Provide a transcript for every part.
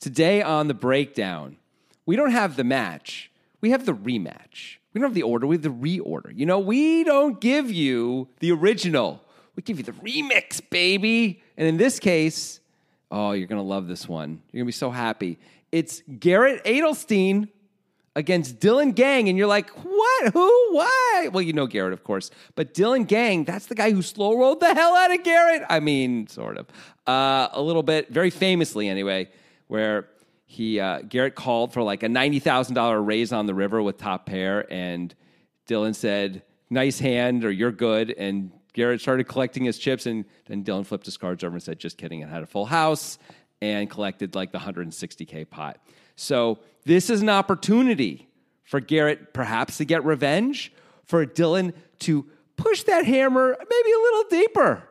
Today on the breakdown, we don't have the match, we have the rematch. We don't have the order, we have the reorder. You know, we don't give you the original, we give you the remix, baby. And in this case, oh, you're going to love this one. You're going to be so happy. It's Garrett Adelstein against Dylan Gang, and you're like, what? Who? Why? Well, you know Garrett, of course, but Dylan Gang, that's the guy who slow rolled the hell out of Garrett. I mean, sort of, uh, a little bit, very famously anyway, where he uh, Garrett called for like a ninety thousand dollar raise on the river with top pair, and Dylan said, "Nice hand," or "You're good," and Garrett started collecting his chips, and then Dylan flipped his cards over and said, "Just kidding," and had a full house and collected like the 160K pot. So, this is an opportunity for Garrett perhaps to get revenge, for Dylan to push that hammer maybe a little deeper.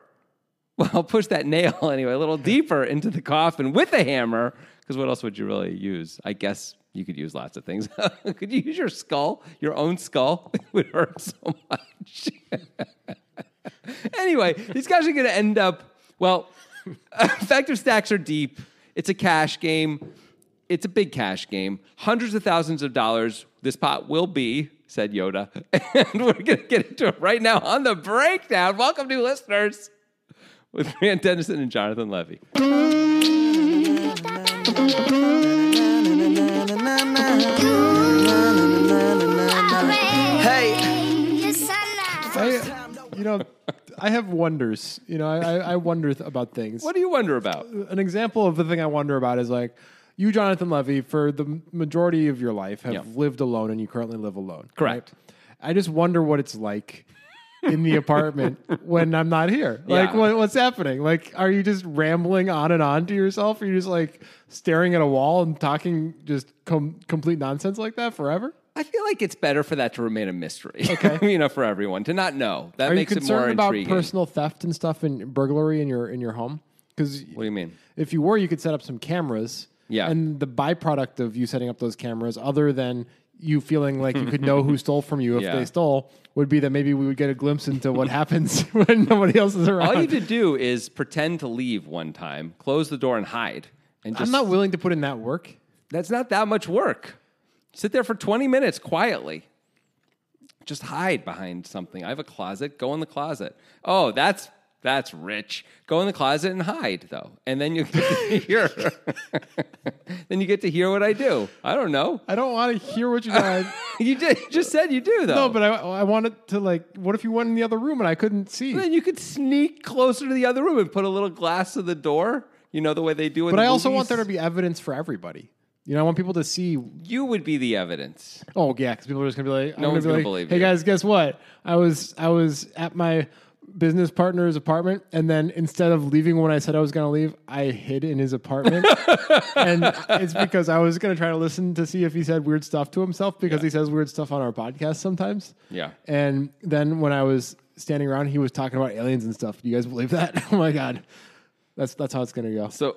Well, push that nail anyway, a little deeper into the coffin with a hammer, because what else would you really use? I guess you could use lots of things. could you use your skull, your own skull? It would hurt so much. anyway, these guys are going to end up, well, effective stacks are deep. It's a cash game. It's a big cash game. Hundreds of thousands of dollars. This pot will be, said Yoda. and we're going to get into it right now on the breakdown. Welcome, new listeners, with Grant Dennison and Jonathan Levy. I, you know, I have wonders. You know, I, I, I wonder th- about things. What do you wonder about? An example of the thing I wonder about is like you, Jonathan Levy, for the m- majority of your life have Yeah. lived alone, and you currently live alone. Correct. right? I just wonder what it's like. In the apartment when I'm not here, like Yeah. what, what's happening? Like, are you just rambling on and on to yourself? Are you just like staring at a wall and talking just com- complete nonsense like that forever? I feel like it's better for that to remain a mystery, you know, for everyone to not know. That Are you makes it more concerned about intriguing. personal theft and stuff and burglary in your in your home? Because what do you mean? if you were, you could set up some cameras. Yeah. And the byproduct of you setting up those cameras, other than you feeling like you could know who stole from you if Yeah. they stole, would be that maybe we would get a glimpse into what happens when nobody else is around. All you have to do is pretend to leave one time, close the door and hide, and just I'm not willing to put in that work. That's not that much work. Sit there for 20 minutes quietly. Just hide behind something. I have a closet. Go in the closet. Oh, that's that's rich. Go in the closet and hide though. And then you get to hear then you get to hear what I do. I don't know. I don't want to hear what you guys. You just, you just said you do though. no, but I, I wanted to like. What if you went in the other room and I couldn't see? then you could sneak closer to the other room and put a little glass to the door. You know the way they do it. But I also want there to be evidence for everybody. You know, I want people to see you would be the evidence. Oh yeah, because people are just gonna be like, No I'm one's gonna be gonna like, believe Hey you." guys, guess what? I was I was at my business partner's apartment, and then instead of leaving when I said I was gonna leave, I hid in his apartment, and it's because I was gonna try to listen to see if he said weird stuff to himself because he says weird stuff on our podcast sometimes. Yeah. and then when I was standing around, he was talking about aliens and stuff. Do you guys believe that? oh my god, that's that's how it's gonna go. So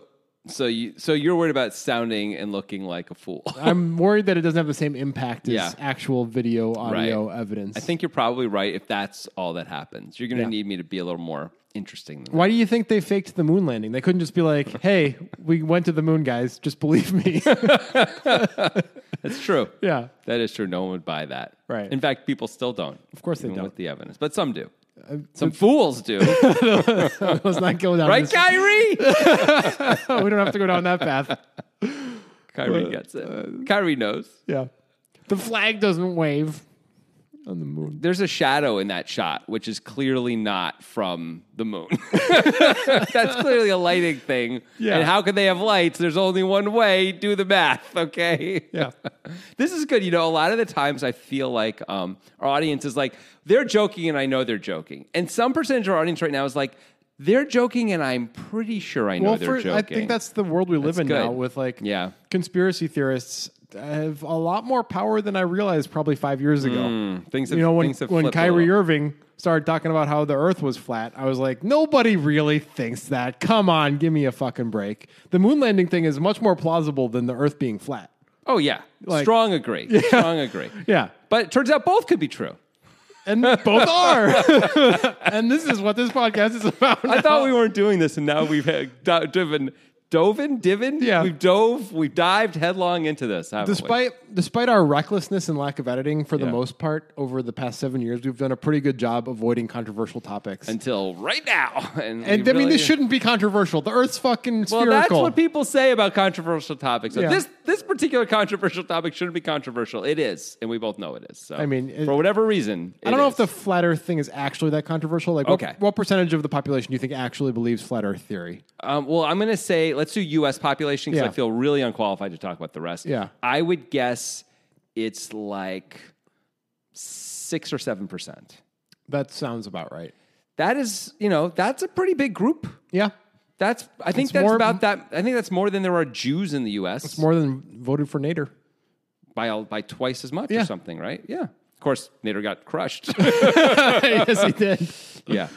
so you so you're worried about sounding and looking like a fool. I'm worried that it doesn't have the same impact as Yeah. actual video audio evidence. I think you're probably right if that's all that happens. You're going to Yeah. need me to be a little more interesting than that. Why do you think they faked the moon landing? They couldn't just be like, "Hey, we went to the moon, guys. Just believe me." That's true. yeah, That is true. No one would buy that. Right. In fact, people still don't. Of course they even don't. Uh, With the evidence. But some do. some fools do. let's not go down. right, this- Kyrie? we don't have to go down that path. Kyrie gets it. Uh, Kyrie knows. Yeah, the flag doesn't wave on the moon. There's a shadow in that shot, which is clearly not from the moon. That's clearly a lighting thing. Yeah. And how could they have lights? There's only one way. Do the math, okay? Yeah, this is good. You know, a lot of the times I feel like um, our audience is like, they're joking and I know they're joking. And some percentage of our audience right now is like, they're joking and I'm pretty sure I know well, they're for, joking. I think that's the world we live That's in now. good. With like, Yeah. conspiracy theorists have a lot more power than I realized probably five years ago. things have, You know, when things have when flipped a Kyrie little. Irving started talking about how the Earth was flat, I was like, nobody really thinks that. Come on, give me a fucking break. The moon landing thing is much more plausible than the Earth being flat. Oh, yeah. like- Strong agree. Strong agree. Yeah, But it turns out both could be true. and both are. and this is what this podcast is about. I thought we weren't doing this, and now we've had, d- uh, driven Dovin, divin. Yeah. we've dove, we've dived headlong into this. haven't we? Despite despite our recklessness and lack of editing, for the Yeah. most part, over the past seven years, we've done a pretty good job avoiding controversial topics. And, until right now, and, we I mean, really- this shouldn't be controversial. The Earth's fucking Well, spherical. that's what people say about controversial topics. So Yeah. This this particular controversial topic shouldn't be controversial. It is, and we both know it is. So, I mean, it- for whatever reason, I don't know if the flat Earth thing is actually that controversial. Like, Okay. what, what percentage of the population do you think actually believes flat Earth theory? Um, well, I'm going to say let's do U.S. population because Yeah. I feel really unqualified to talk about the rest. Yeah. I would guess it's like six or seven percent. That sounds about right. That is, you know, that's a pretty big group. Yeah, That's I think It's that's more- about that. I think that's more than there are Jews in the U.S. it's more than voted for Nader. by all- by twice as much Yeah. or something, right? Yeah. Of course, Nader got crushed. yes, he did. yeah.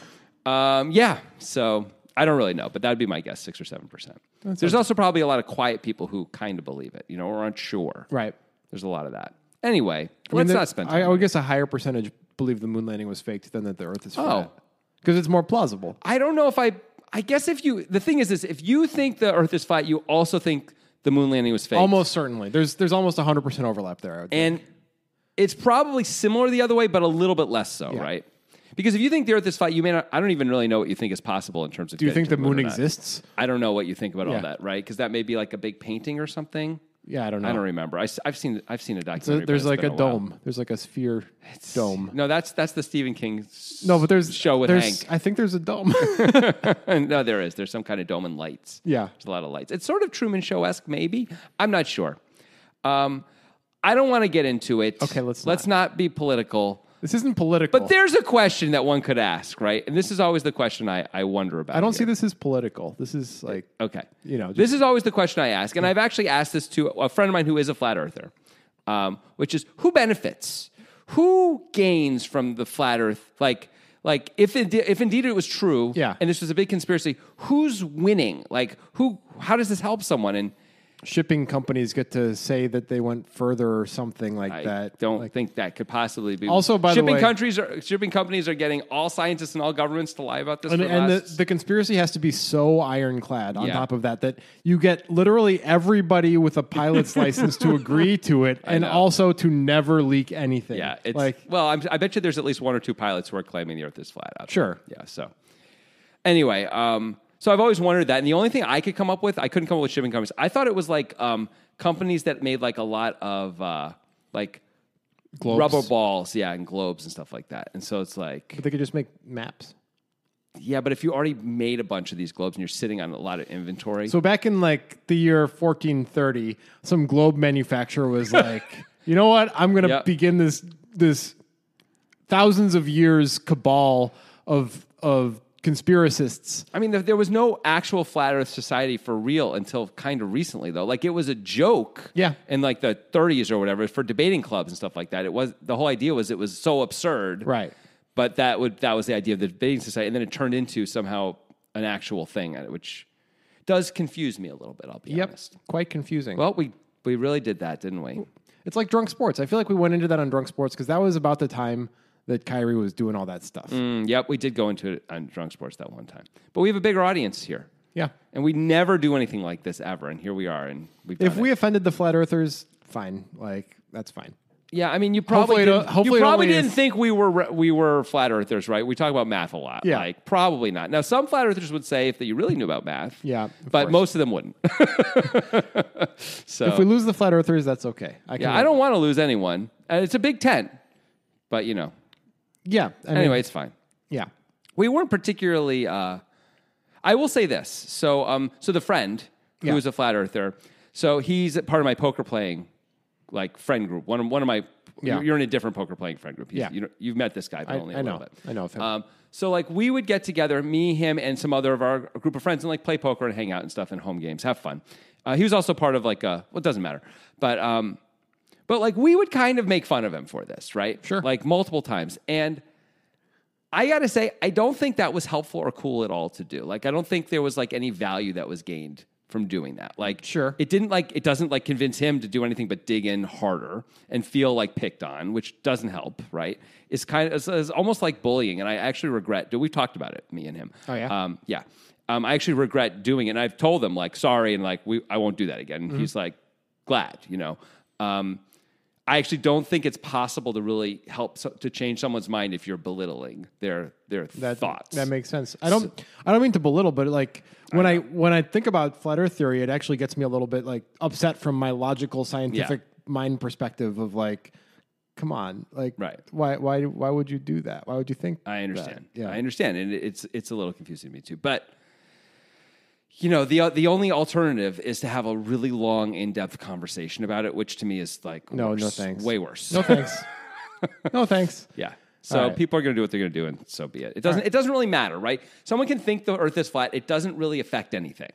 Um, yeah. So I don't really know, but that'd be my guess, six or seven percent. There's also probably a lot of quiet people who kind of believe it, you know, or aren't sure. Right. There's a lot of that. Anyway, I mean, let's there- not spend I, time. I on would it. guess a higher percentage believe the moon landing was faked than that the Earth is flat. Oh. Because it's more plausible. I don't know if I. I guess if you, the thing is, this: if you think the Earth is flat, you also think the moon landing was fake. Almost certainly. There's there's almost 100% overlap there. I would And it's probably similar the other way, but a little bit less so, right? Because if you think the Earth is flat, you may not. I don't even really know what you think is possible in terms of. Do you think the moon exists? I don't know what you think about Yeah. all that, right? Because that may be like a big painting or something. Yeah, I don't know. I don't remember. I, have seen I've seen a documentary. So but there's it's like a been while. dome. There's like a sphere dome. No, that's that's the Stephen King. s- No, but there's show with there's, Hank. I think there's a dome. no, there is. There's some kind of dome and lights. Yeah. There's a lot of lights. It's sort of Truman Show esque, maybe. I'm not sure. Um, I don't want to get into it. Okay, let's let's not be political. this isn't political. But there's a question that one could ask, right? And this is always the question I, I wonder about. I don't see this as political. This is like Okay. You know, just- this is always the question I ask. And I've actually asked this to a friend of mine who is a flat earther, um, which is who benefits? Who gains from the flat earth? Like, like if, it, if indeed it was true Yeah. and this was a big conspiracy, who's winning? Like, who, how does this help someone? And shipping companies get to say that they went further or something like I that. don't Like, think that could possibly be. Also, by the shipping way- countries are shipping companies are getting all scientists and all governments to lie about this. and, for the and last- the, the conspiracy has to be so ironclad on Yeah. top of that that you get literally everybody with a pilot's license to agree to it and know. also to never leak anything. Yeah, it's like well, I'm, I bet you there's at least one or two pilots who are claiming the Earth is flat. Out there. Sure. Yeah. So anyway, um, so I've always wondered that, and the only thing I could come up with, I couldn't come up with shipping companies. I thought it was like um, companies that made like a lot of uh, like globes. rubber balls, yeah, and globes and stuff like that. And so it's like, But they could just make maps. yeah, but if you already made a bunch of these globes and you're sitting on a lot of inventory, So back in like the year 1430, some globe manufacturer was like, "You know what? I'm going to Yep. begin this this thousands of years cabal of of conspiracists." I mean, there, there was no actual flat Earth society for real until kind of recently, though. Like it was a joke, Yeah. in like the 30s or whatever for debating clubs and stuff like that. It was the whole idea was it was so absurd, Right. But that would that was the idea of the debating society, and then it turned into somehow an actual thing, uh, which does confuse me a little bit. I'll be honest. quite confusing. Well, we we really did that, didn't we? It's like drunk sports. I feel like we went into that on drunk sports because that was about the time that Kyrie was doing all that stuff. Mm, yep, we did go into it on drunk sports that one time, but we have a bigger audience here, Yeah. and we never do anything like this ever. And here we are, and we've done If it. we offended the flat earthers, fine. Like that's fine. Yeah, I mean, you probably Hopefully it didn't, o- hopefully you it probably only didn't is- think we were we were flat earthers, right? We talk about math a lot. Yeah. like probably not. Now, some flat earthers would say if that you really knew about math. Yeah, of but course. most of them wouldn't. so If we lose the flat earthers, that's okay. I can. Oh. yeah, I don't want to lose anyone. Uh, it's a big tent, but you know. Yeah. I mean, Anyway, it's fine. Yeah. We weren't particularly. Uh, I will say this. So, um, so the friend who is Yeah. a flat earther. So he's a part of my poker playing, like friend group. One of one of my. Yeah. You're in a different poker playing friend group. He's- Yeah. You know, you've met this guy, but I- only a I little know. bit. I know of him. Um, so like we would get together, me, him, and some other of our group of friends, and like play poker and hang out and stuff and home games, have fun. Uh, he was also part of like a. Well, it doesn't matter, but um, but like we would kind of make fun of him for this, right? Sure. Like multiple times. And I gotta say, I don't think that was helpful or cool at all to do. Like I don't think there was like any value that was gained from doing that. Like Sure. It didn't like it doesn't like convince him to do anything but dig in harder and feel like picked on, which doesn't help, right? It's kind of it's, it's almost like bullying, and I actually regret. Dude, we talked about it, me and him. Oh, yeah? Um, yeah. Um, I actually regret doing it. And I've told him like, sorry, and like, we, I won't do that again. Mm-hmm. And he's like, glad, you know. Um, I actually don't think it's possible to really help so, to change someone's mind if you're belittling their their that thoughts. that makes sense. I don't I don't mean to belittle, but like when I, when I think about flat Earth theory, it actually gets me a little bit like upset from my logical scientific mind perspective of like, come on, like Right. why why why would you do that? Why would you think? I understand. that? Yeah. I understand, and it- it's it's a little confusing to me too. But you know, the the only alternative is to have a really long, in depth conversation about it, which to me is like No, worse, no thanks. way worse. no thanks. no thanks. Yeah. So right. people are going to do what they're going to do, and so be it. It doesn't. It doesn't really matter, right? Someone can think the Earth is flat. It doesn't really affect anything.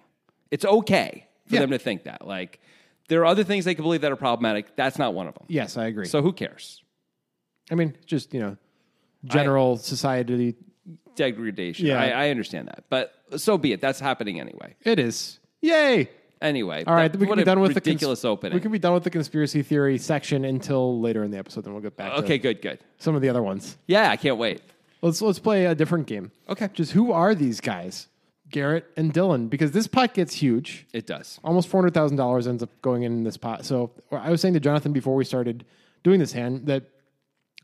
It's okay for Yeah. them to think that. Like there are other things they can believe that are problematic. That's not one of them. Yes, I agree. So who cares? I mean, just you know, general society. Degradation. Yeah. I, I understand that, but so be it. That's happening anyway. It is. Yay! Anyway. All right, that- we can what be a done with ridiculous the cons- opening. We can be done with the conspiracy theory section until later in the episode. Then we'll get back okay. to Good. Good. some of the other ones. Yeah. I can't wait. Let's let's play a different game. Okay. Just who are these guys, Garrett and Dylan? Because this pot gets huge. It does. Almost four hundred thousand dollars ends up going in this pot. So or I was saying to Jonathan before we started doing this hand that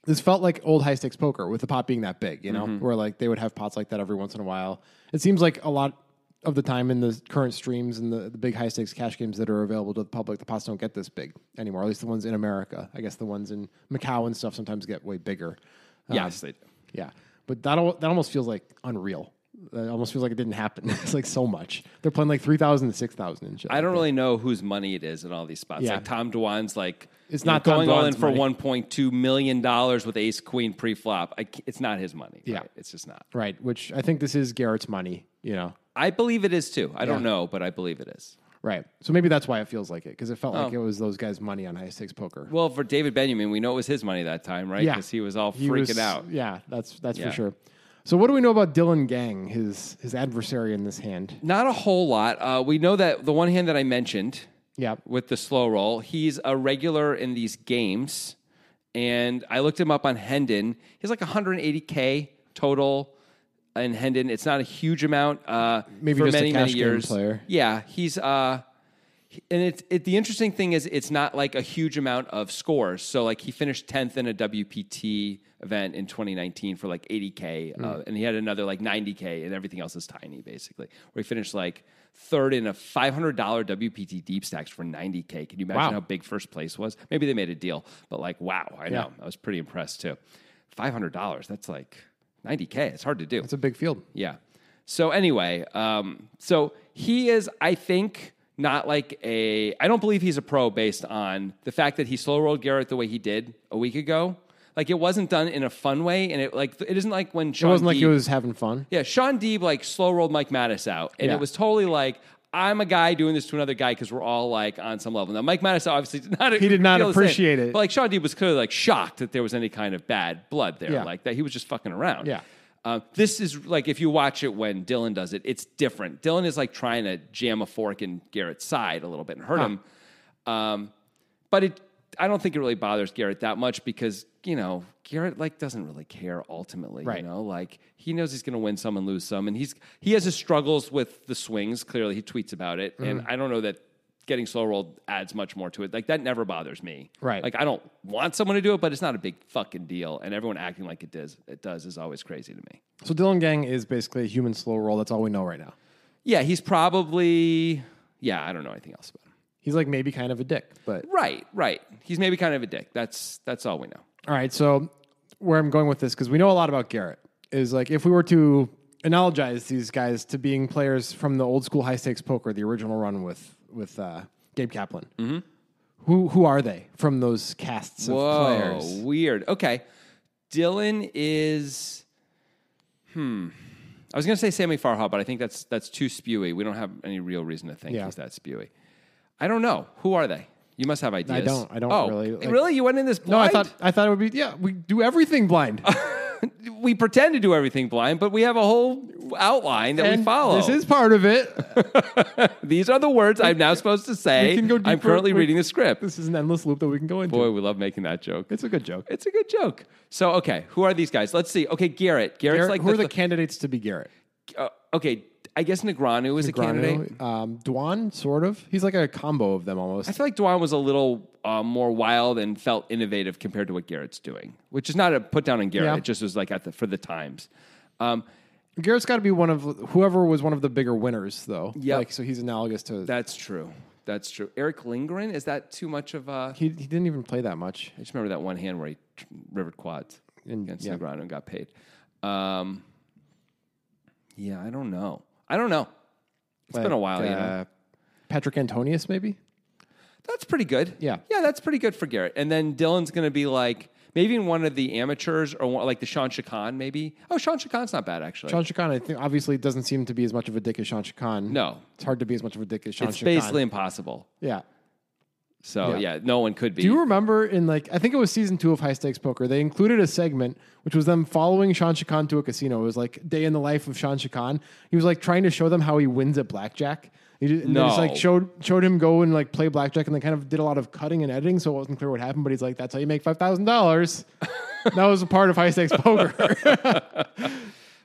this felt like old high stakes poker with the pot being that big. You know, where like they would have pots like that every once in a while. It seems like a lot of the time in the current streams and the, the big high stakes cash games that are available to the public, the pots don't get this big anymore. At least the ones in America. I guess the ones in Macau and stuff sometimes get way bigger. Yes. they do. Yeah, but that al- that almost feels like unreal. That almost feels like it didn't happen. it's like so much. They're playing like 3,000 to 6,000 and shit. I don't really know whose money it is in all these spots. Yeah. Like Tom Dwan's like It's you know, not Tom going all in Dwan's for money. one point two million dollars with Ace Queen pre-flop. I ca- it's not his money. Yeah. right? it's just not. Right, which I think this is Garrett's money, you know? I believe it is too. I don't know, but I believe it is. Right. So maybe that's why it feels like it, because it felt like it was those guys' money on high stakes poker. Oh. Well, for David Benjamin, we know it was his money that time, right? Yeah. Because he was all He freaking was- out. Yeah, that's that's Yeah. for sure. So what do we know about Dylan Gang, his his adversary in this hand? Not a whole lot. Uh, we know that the one hand that I mentioned Yeah. with the slow roll, he's a regular in these games. And I looked him up on Hendon. He's like 180K total in Hendon. It's not a huge amount. Uh, Maybe for just a many, many cash game years. player. Yeah, he's. Uh, and it's it, the interesting thing is it's not like a huge amount of scores. So like he finished tenth in a WPT event in 2019 for like 80k, uh, and he had another like 90k, and everything else is tiny basically. Where he finished like third in a $500 WPT deep stacks for 90k. Can you imagine Wow. how big first place was? Maybe they made a deal, but like wow, I know I was pretty impressed too. $500, that's like 90k. It's hard to do. It's a big field. Yeah. So anyway, um, so he is, I think, not like a. I don't believe he's a pro based on the fact that he slow rolled Garrett the way he did a week ago. Like it wasn't done in a fun way, and it like it isn't like when It Sean wasn't like he Deeb- was having fun. yeah, Sean Deeb like slow rolled Mike Mattis out, and Yeah. it was totally like. I'm a guy doing this to another guy because we're all like on some level. Now, Mike Mattis obviously did not. He did not appreciate it. But like Sean Deeb was clearly like shocked that there was any kind of bad blood there, Yeah. like that he was just fucking around. Yeah. Um, this is like if you watch it when Dylan does it, it's different. Dylan is like trying to jam a fork in Garrett's side a little bit and hurt him. Um, but it, I don't think it really bothers Garrett that much because you know Garrett like doesn't really care ultimately. Right. You know, like he knows he's going to win some and lose some, and he's he has his struggles with the swings. Clearly, he tweets about it, and Mm-hmm. I don't know that getting slow rolled adds much more to it. Like that never bothers me. Right. Like I don't want someone to do it, but it's not a big fucking deal, and everyone acting like it does it does is always crazy to me. So Dylan Gang is basically a human slow roll. That's all we know right now. Yeah, he's probably yeah. I don't know anything else about him. He's like maybe kind of a dick, but Right, right. He's maybe kind of a dick. That's that's all we know. All right, so where I'm going with this because we know a lot about Garrett is like if we were to analogize these guys to being players from the old school high stakes poker, the original run with with uh, Gabe Kaplan. Who who are they from those casts of Mm-hmm. Whoa, players? Weird. Okay. Dylan is hmm. I was gonna say Sammy Farha, but I think that's that's too spewy. We don't have any real reason to think Yeah. he's that spewy. I don't know. Who are they? You must have ideas. don't- I don't oh, really, like- really? You went in this blind? No, I thought I thought it would be yeah. We do everything blind. we pretend to do everything blind, but we have a whole outline that we And follow. This is part of it. These are the words I'm now supposed to say. we can go I'm deeper. currently We- reading the script. this is an endless loop that we can go into. Boy, we love making that joke. It's a good joke. It's a good joke. So, okay, who are these guys? Let's see. Okay, Garrett. Garrett's Garrett, like who are the the candidates to be Garrett? uh, okay, I guess Negreanu is a candidate. Granu, um, Dwan, sort of. He's like a combo of them almost. I feel like Dwan was a little uh, more wild and felt innovative compared to what Garrett's doing, which is not a put down on Garrett. Yeah. It just was like at the for the times. Um, Garrett's got to be one of whoever was one of the bigger winners, though. Yep. Like, so he's analogous to. that's true. That's true. Eric Lindgren is that too much of a? he, he didn't even play that much. I just remember that one hand where he tr- rivered quads And- against yeah. Negreanu and got paid. Um, yeah, I don't know. I don't know. It's been a while. you know? uh, Patrick Antonius, maybe. That's pretty good. Yeah. Yeah, that's pretty good for Garrett. And then Dylan's going to be like maybe in one of the amateurs or one, like the Sean Chacon, maybe. Oh, Sean Chacon's not bad, actually. Sean Chacon, I think, obviously doesn't seem to be as much of a dick as Sean Chacon. No. It's hard to be as much of a dick as Sean it's Chacon. basically impossible. Yeah. So, yeah. Yeah. no one could be. Do you remember in like I think it was season two of High Stakes Poker? They included a segment which was them following Sean Chacon to a casino. It was like day in the life of Sean Chacon. He was like trying to show them how he wins at blackjack. He just, and they just No. like showed showed him go and like play blackjack, and they kind of did a lot of cutting and editing, so it wasn't clear what happened. But he's like, "That's how you make five thousand dollars." That was a part of High Stakes Poker.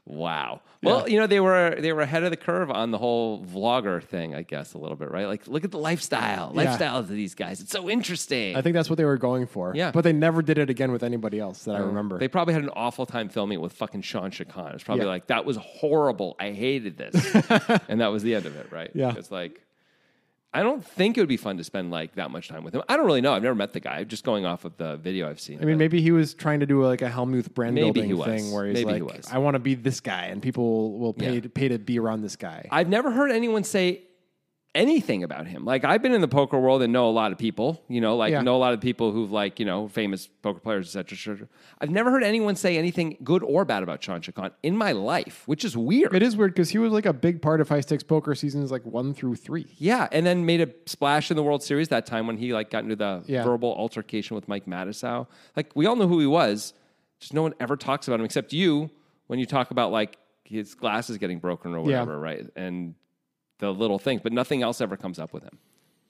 wow. Well, you know, they were they were ahead of the curve on the whole vlogger thing, I guess, a little bit, right? Like, look at the lifestyle, Yeah. lifestyles of these guys. It's so interesting. I think that's what they were going for. Yeah. but they never did it again with anybody else that I remember. They probably had an awful time filming it with fucking Sean Chacon. It's probably Yeah. like, that was horrible. I hated this. and that was the end of it, right? Yeah. It's like, I don't think it would be fun to spend like that much time with him. I don't really know. I've never met the guy. Just going off of the video I've seen. I mean, maybe he was trying to do like a Helmuth brand Maybe he building was. thing where he's Maybe he like, was. "I want to be this guy," and people will pay Yeah. to, pay to be around this guy. I've never heard anyone say anything about him. Like I've been in the poker world and know a lot of people, you know, like Yeah. know a lot of people who've like, you know, famous poker players, et cetera, et cetera. I've never heard anyone say anything good or bad about Sean Chacon in my life, which is weird. It is weird because he was like a big part of High Stakes Poker seasons like one through three. Yeah, and then made a splash in the World Series that time when he like got into the Yeah. verbal altercation with Mike Mattisau. Like we all know who he was, just no one ever talks about him except you when you talk about like his glasses getting broken or whatever, right? And the little things, but nothing else ever comes up with him.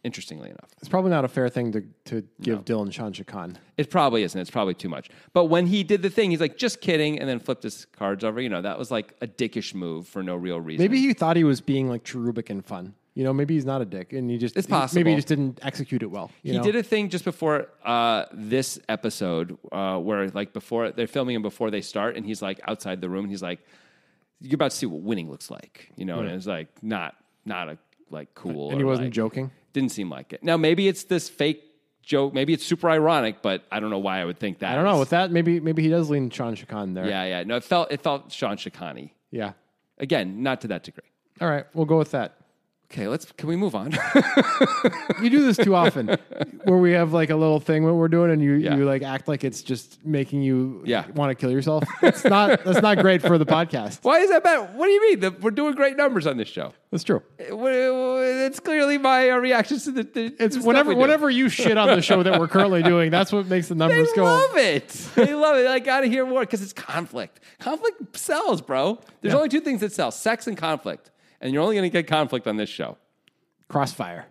Interestingly enough, It's probably not a fair thing to, to give Dylan Sean Chacon. it probably isn't. It's probably too much. But when he did the thing, he's like, "Just kidding," and then flipped his cards over. You know, that was like a dickish move for no real reason. Maybe he thought he was being like cherubic and fun. You know, maybe he's not a dick and he just It's he- maybe possible. he just didn't execute it well. You he know? did a thing just before uh, this episode uh, where like before they're filming him before they start and he's like outside the room and he's like you're about to see what winning looks like you know and it's like not not a like cool and he or, wasn't like- joking. didn't seem like it now maybe it's this fake joke maybe it's super ironic but i don't know why i would think that I don't know. is- With that, maybe maybe he does lean Sean Chacon there. yeah yeah no it felt it felt sean Shikani. Yeah. again not to that degree All right, we'll go with that. okay let's can we move on You do this too often, where we have like a little thing what we're doing, and you, Yeah. you like act like it's just making you Yeah. want to kill yourself. It's not that's not great for the podcast. why is that bad what do you mean The- we're doing great numbers on this show That's true. It's clearly my uh, reactions to the. the It's the stuff whenever we do. whenever you shit on the show that we're currently doing, that's what makes the They numbers go. love it. They love it. I got to hear more because it's conflict. Conflict sells, bro. There's only two things that sell: sex and conflict. And you're only going to get conflict on this show. Crossfire.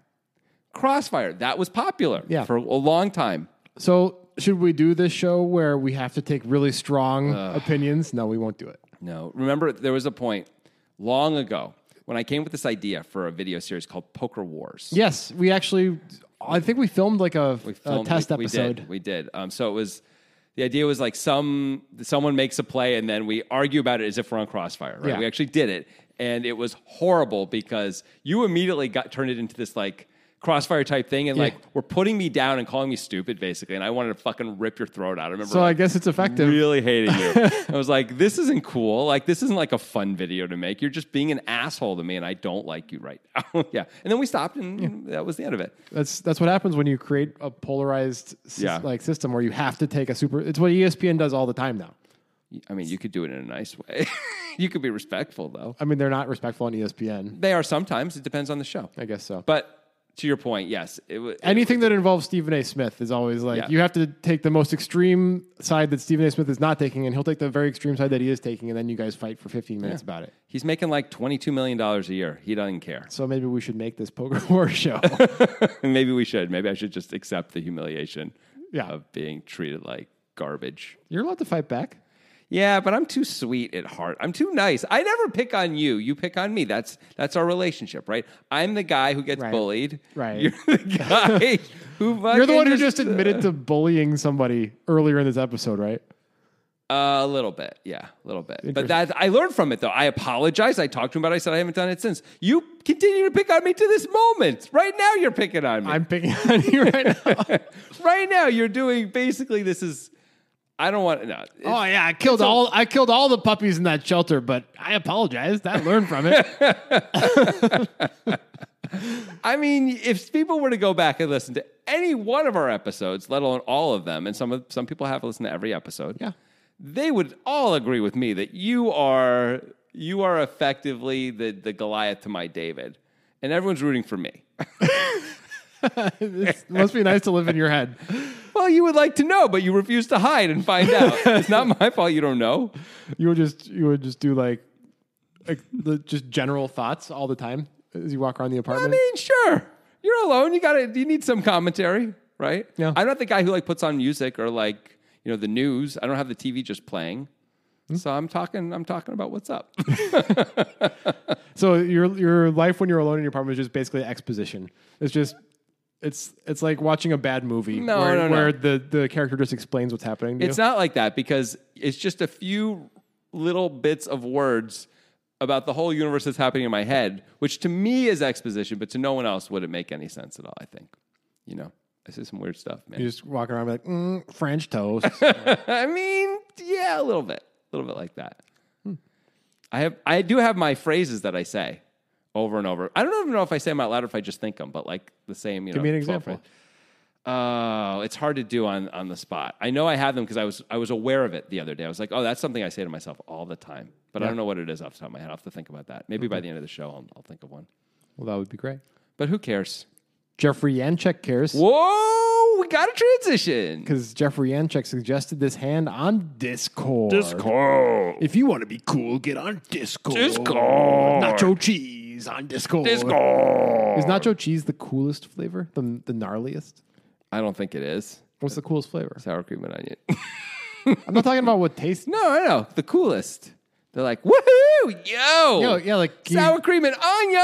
Crossfire that was popular Yeah. for a long time. So should we do this show where we have to take really strong opinions? No, we won't do it. No, remember there was a point long ago when I came with this idea for a video series called Poker Wars. Yes, we actually. I think we filmed like a, a filmed- Uh, test we- we did. episode. We did. Um, so it was the idea was like some someone makes a play and then we argue about it as if we're on Crossfire. Right? Yeah. We actually did it, and it was horrible because you immediately got turned it into this like. Crossfire type thing, and Yeah. like we're putting me down and calling me stupid, basically. And I wanted to fucking rip your throat out. I remember So I like, guess it's effective. really hating you. I was like, this isn't cool. Like, this isn't like a fun video to make. You're just being an asshole to me, and I don't like you right now. yeah. And then we stopped, and that was the end of it. That's that's what happens when you create a polarized sys- Yeah. like system where you have to take a super. It's what E ESPN does all the time now. I mean, you could do it in a nice way. you could be respectful, though. I mean, they're not respectful on E ESPN. They are sometimes. It depends on the show. I guess so. But to your point, yes, it was. anything that involves Stephen A. Smith is always like Yeah. you have to take the most extreme side that Stephen A. Smith is not taking, and he'll take the very extreme side that he is taking, and then you guys fight for 15 minutes about it. He's making like twenty-two million dollars a year. He doesn't care. So maybe we should make this poker war show. Maybe we should. Maybe I should just accept the humiliation Yeah. of being treated like garbage. You're allowed to fight back. Yeah, but I'm too sweet at heart. I'm too nice. I never pick on you. You pick on me. That's that's our relationship, right? I'm the guy who gets Right. bullied. Right. You're the guy who fucking You're the one who just admitted to bullying somebody earlier in this episode, right? Uh, a little bit, yeah, a little bit. But that I learned from it though. I apologized. I talked to him about. it. I said I haven't done it since. You continue to pick on me to this moment. Right now, you're picking on me. I'm picking on you right now. right now, you're doing basically this is. I don't want no. It- oh yeah, I killed all I killed all the puppies in that shelter, but I apologized. I learned from it. I mean, if people were to go back and listen to any one of our episodes, let alone all of them, and some of some people have listened to every episode, Yeah. they would all agree with me that you are you are effectively the the Goliath to my David, and everyone's rooting for me. It must be nice to live in your head. Well, you would like to know, but you refuse to hide and find out. it's not my fault you don't know. You would just you would just do like, like the, just general thoughts all the time as you walk around the I apartment. mean, sure, you're alone. You gotta. You need some commentary, right? Yeah. I'm not the guy who like puts on music or like you know the news. I don't have the TV just playing. So I'm talking. I'm talking about what's up. so your your life when you're alone in your apartment is just basically exposition. It's just it's it's like watching a bad movie No, where, no, no. where the the character just explains what's happening. To It's you. not like that because it's just a few little bits of words about the whole universe that's happening in my head, which to me is exposition, but to no one else would it make any sense at all. I think, you know, this is some weird stuff, man. you just walk around like mm, French toast. I mean, yeah, a little bit, a little bit like that. Hmm. I have, I do have my phrases that I say over and over. I don't even know if I say them out loud or if I just think them, but like the same. You Give know, me 12 an example. Oh, it's hard to do on on the spot. I know I have them because I was I was aware of it the other day. I was like, oh, that's something I say to myself all the time, but I don't know what it is off the top of my head. I'll have to think about that. Maybe by the end of the show, I'll, I'll think of one. Well, that would be great. But who cares? Jeffrey Yanchek cares Whoa, we got a transition. because Jeffrey Yanchek suggested this hand on Discord. Discord. If you want to be cool, get on Discord. Discord. Nacho cheese on Discord. Discord. Is nacho cheese the coolest flavor? The the gnarliest? I don't think it is What's the coolest flavor? sour cream and onion. I'm not talking about what tastes. no, I know the coolest. They're like, woohoo, yo, Yo, yeah, like you- sour cream and onion.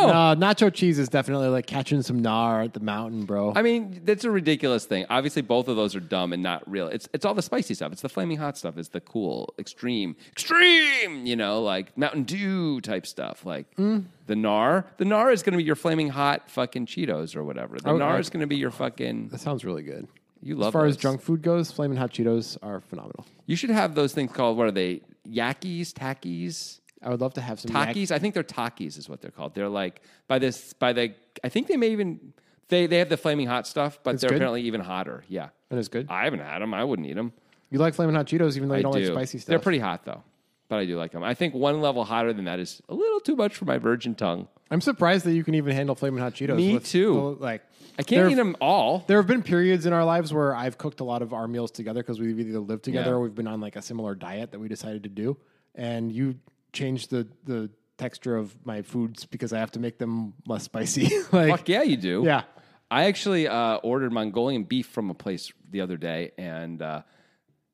Uh, nacho cheese is definitely like catching some gnar at the mountain, bro. I mean, that's a ridiculous thing. Obviously, both of those are dumb and not real. It's it's all the spicy stuff. It's the flaming hot stuff. It's the cool, extreme, extreme. You know, like Mountain Dew type stuff. Like Hmm. the Nar, the Nar is going to be your flaming hot fucking Cheetos or whatever. The Oh, Nar I- is going to be your fucking. that sounds really good. You love As far as those. junk food goes, Flamin' Hot Cheetos are phenomenal. You should have those things called what are they? Yakis, tackies. I would love to have some yak- Takis, I think they're Takis is what they're called. They're like by this by the I think they may even they they have the flaming hot stuff, but they're good? apparently even hotter. Yeah. And it's good. I haven't had them. I wouldn't eat them. You like Flamin' Hot Cheetos, even though you I don't do. like spicy stuff. They're pretty hot though, but I do like them. I think one level hotter than that is a little too much for my virgin tongue. I'm surprised that you can even handle Flamin' Hot Cheetos. Me with too. the- like I there- can't eat them all. There have been periods in our lives where I've cooked a lot of our meals together because we've either lived together Yeah. or we've been on like a similar diet that we decided to do. And you changed the the texture of my foods because I have to make them less spicy. like Fuck yeah, you do. Yeah. I actually uh, ordered Mongolian beef from a place the other day, and uh,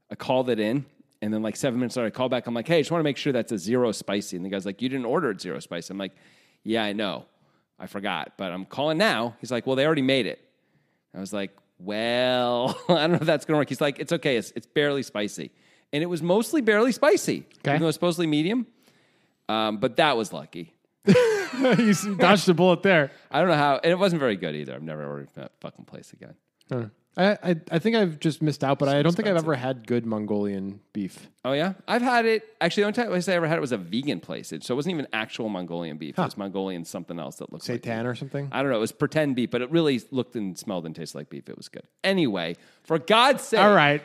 I called it in. And then, like seven minutes later, I call back. I'm like, "Hey, I just want to make sure that's a zero spicy." And the guy's like, "You didn't order it zero spicy." I'm like, "Yeah, I know, I forgot, but I'm calling now." He's like, "Well, they already made it." I was like, "Well, I don't know if that's gonna work." He's like, "It's okay. It's it's barely spicy," and it was mostly barely spicy, Okay. even though it's supposedly medium. Um, but that was lucky. you s- dodged a bullet there. I don't know how, and it wasn't very good either. I've never ordered from that fucking place again. I, I I think I've just missed out, but I don't think I've ever had good Mongolian beef. Oh yeah, I've had it. Actually, the only time place I ever had it was a vegan place. It, so it wasn't even actual Mongolian beef. It was Mongolian something else that looked like Seitan or something. I don't know. It was pretend beef, but it really looked and smelled and tasted like beef. It was good. Anyway, for God's sake, All right.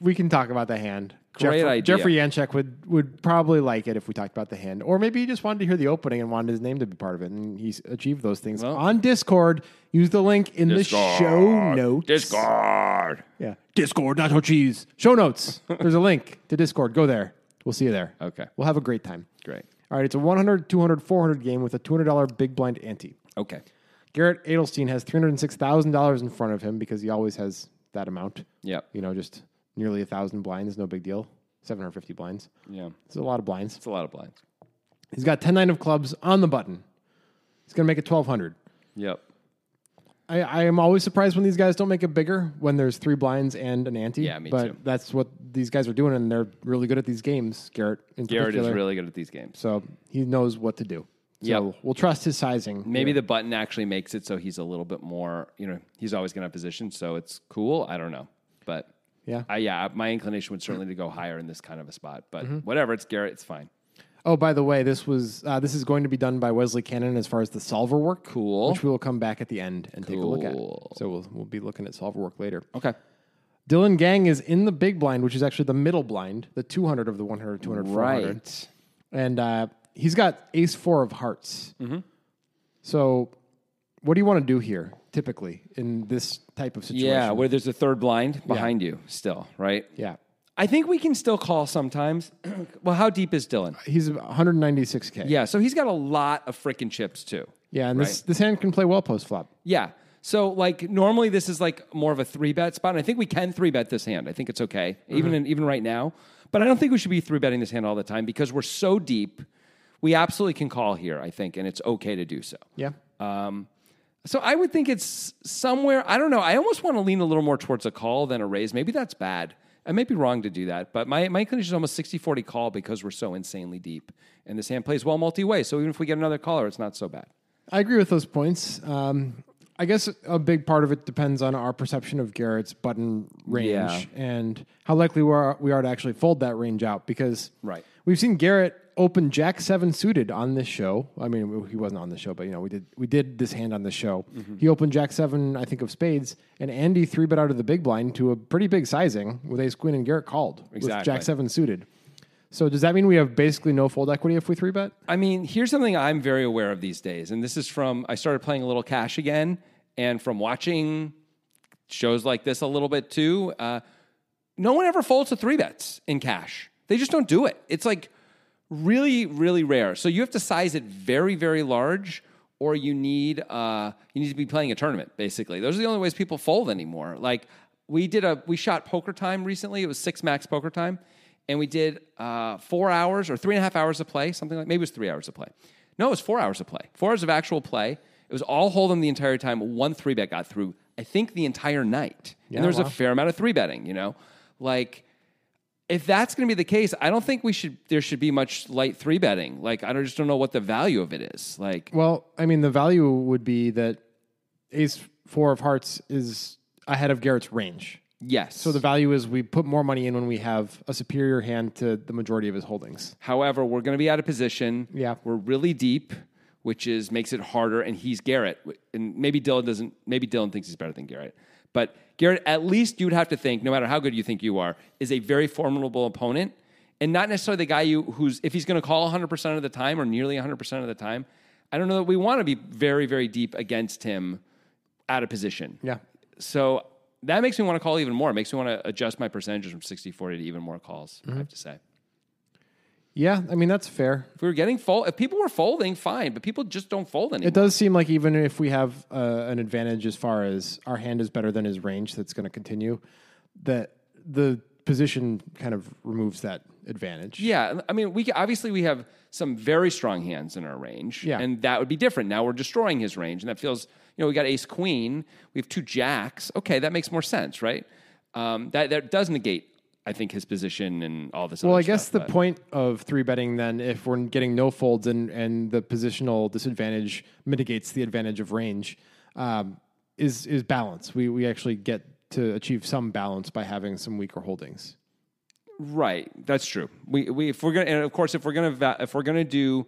We can talk about the hand. Great Jeffrey, idea. Jeffrey Yanchek would, would probably like it if we talked about the hand. Or maybe he just wanted to hear the opening and wanted his name to be part of it. And he's achieved those things Well- on Discord. Use the link in the show notes. Discord. Yeah. Discord, nacho cheese. Show notes. There's a link to Discord. Go there. We'll see you there. Okay. We'll have a great time. Great. All right. It's a 100, 200, 400 game with a $200 big blind ante. Okay. Garrett Adelstein has three hundred six thousand dollars in front of him because he always has that amount. Yep. you know, just nearly a thousand blinds, no big deal. 750 blinds. Yeah. It's a lot of blinds. It's a lot of blinds. He's got 10 9 of clubs on the button. He's going to make it 1200. Yep. I, I am always surprised when these guys don't make it bigger when there's three blinds and an ante. Yeah, me but too. that's what these guys are doing, and they're really good at these games. Garrett, in Garrett is particular. really good at these games. so he knows what to do. So Yep. we'll trust his sizing. Maybe the button actually makes it so he's a little bit more, you know, he's always going to have position, so it's cool. I don't know. But Yeah. I, Uh, yeah, my inclination would certainly to go higher in this kind of a spot, but whatever, it's Garrett, it's fine. Oh, by the way, this was uh, this is going to be done by Wesley Cannon as far as the solver work. Cool. Which we will come back at the end and take a look Cool. at. So we'll we'll be looking at solver work later. Okay. Dylan Gang is in the big blind, which is actually the middle blind, the 200 of the 100, 200, 400. Right. and uh, he's got ace four of hearts. Mm-hmm. So, what do you want to do here typically in this type of situation? Yeah, where there's a third blind behind you still, right? yeah. I think we can still call sometimes. well, how deep is Dylan? He's 196k. Yeah, so he's got a lot of freaking chips too. yeah, and this this hand can play well post flop. Yeah. So like normally this is like more of a three bet spot. And I think we can three bet this hand. I think it's okay, even in, even right now. But I don't think we should be three betting this hand all the time because we're so deep. We absolutely can call here, I think, and it's okay to do so. Yeah, Um, so I would think it's somewhere. I don't know. I almost want to lean a little more towards a call than a raise. Maybe that's bad. I might be wrong to do that, but my, my inclination is almost 60 40 call because we're so insanely deep. And this hand plays well multi way. So even if we get another caller, it's not so bad. I agree with those points. Um, I guess a big part of it depends on our perception of Garrett's button range Yeah. and how likely we are we are to actually fold that range out because Right. we've seen Garrett open Jack seven suited on this show. I mean, he wasn't on the show, but you know, we did we did this hand on the show. Mm-hmm. He opened Jack seven, I think, of spades, and Andy three bet out of the big blind to a pretty big sizing with Ace Queen and Garrett called with Exactly. Jack seven suited. So does that mean we have basically no fold equity if we three bet? I mean, here's something I'm very aware of these days, and this is from I started playing a little cash again, and from watching shows like this a little bit too. Uh, no one ever folds to three bets in cash. They just don't do it. It's like really, really rare. So you have to size it very, very large, or you need uh, you need to be playing a tournament. Basically, those are the only ways people fold anymore. Like we did a we shot poker time recently. It was six max poker time, and we did uh, four hours or three and a half hours of play, something like maybe it was three hours of play. No, it was four hours of play. Four hours of actual play. It was all hold'em the entire time. One three bet got through. I think the entire night, and there was a fair amount of three betting. You know, like if that's going to be the case, I don't think we should. There should be much light three betting. Like I don't, just don't know what the value of it is. Like Well, I mean, the value would be that ace four of hearts is ahead of Garrett's range. yes. So The value is we put more money in when we have a superior hand to the majority of his holdings. however, we're going to be out of position. Yeah. we're really deep, which is makes it harder. And he's Garrett, and maybe Dylan doesn't. Maybe Dylan thinks he's better than Garrett, but Garrett, at least you'd have to think, no matter how good you think you are, is a very formidable opponent, and not necessarily the guy you who's if he's going to call 100 percent of the time or nearly 100 percent of the time. I don't know that we want to be very, very deep against him out of position. Yeah. So that makes me want to call even more. It makes me want to adjust my percentages from 60 40 to even more calls, Mm-hmm. I have to say. Yeah, I mean, that's fair. If we were getting fold, if people were folding, fine, but people just don't fold anymore. It does seem like even if we have uh, an advantage as far as our hand is better than his range, that's going to continue, that the position kind of removes that advantage. Yeah, I mean, we ca- obviously we have some very strong hands in our range, Yeah. and that would be different. Now we're destroying his range, and that feels you know we got Ace Queen, we have two jacks. Okay, that makes more sense, right? Um, that that does negate, I think, his position and all this. Well, other I guess stuff, the but- point of three betting then, if we're getting no folds and and the positional disadvantage mitigates the advantage of range, um, is is balance. We we actually get to achieve some balance by having some weaker holdings. Right, that's true. We, we if we're gonna, and of course, if we're gonna va- if we're gonna do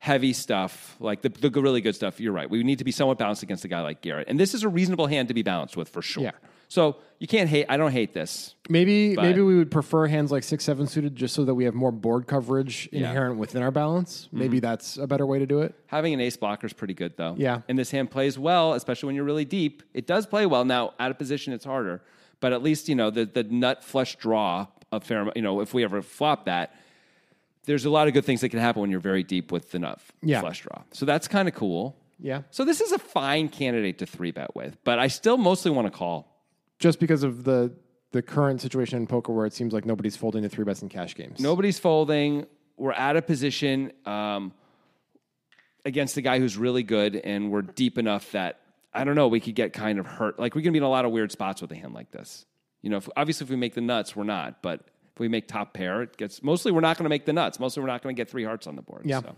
heavy stuff like the the really good stuff, you're right. We need to be somewhat balanced against a guy like Garrett, and this is a reasonable hand to be balanced with for sure. Yeah. So you can't hate. I don't hate this. Maybe maybe we would prefer hands like six seven suited just so that we have more board coverage inherent within our balance. Maybe that's a better way to do it. Having an ace blocker is pretty good though. Yeah. and this hand plays well, especially when you're really deep. It does play well. Now out of position, it's harder, but at least you know the the nut flush draw of fair. You know, if we ever flop that, there's a lot of good things that can happen when you're very deep with the nut f- Yeah. flush draw. So that's kind of cool. Yeah, So this is a fine candidate to three bet with, but I still mostly want to call. just because of the the current situation in poker where it seems like nobody's folding to three bets in cash games. Nobody's folding. We're out of position um, against the guy who's really good, and we're deep enough that I don't know. We could get kind of hurt. Like we're gonna be in a lot of weird spots with a hand like this. You know, if, obviously if we make the nuts, we're not. But if we make top pair, it gets mostly we're not gonna make the nuts. Mostly we're not gonna get three hearts on the board. Yeah. So.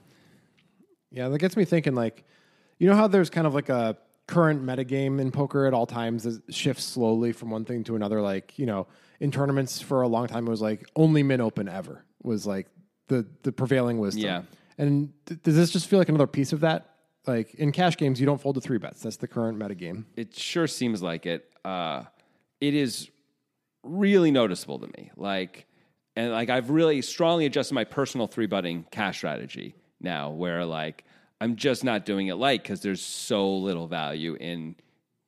Yeah, that gets me thinking. Like, you know how there's kind of like a current metagame in poker at all times that shifts slowly from one thing to another. Like, you know, in tournaments for a long time, it was like only min open ever was like the the prevailing wisdom. Yeah. And th- does this just feel like another piece of that? Like in cash games, you don't fold to three bets. That's the current metagame. It sure seems like it. Uh, it is really noticeable to me. Like, and like I've really strongly adjusted my personal three butting cash strategy now, where like I'm just not doing it light because there's so little value in,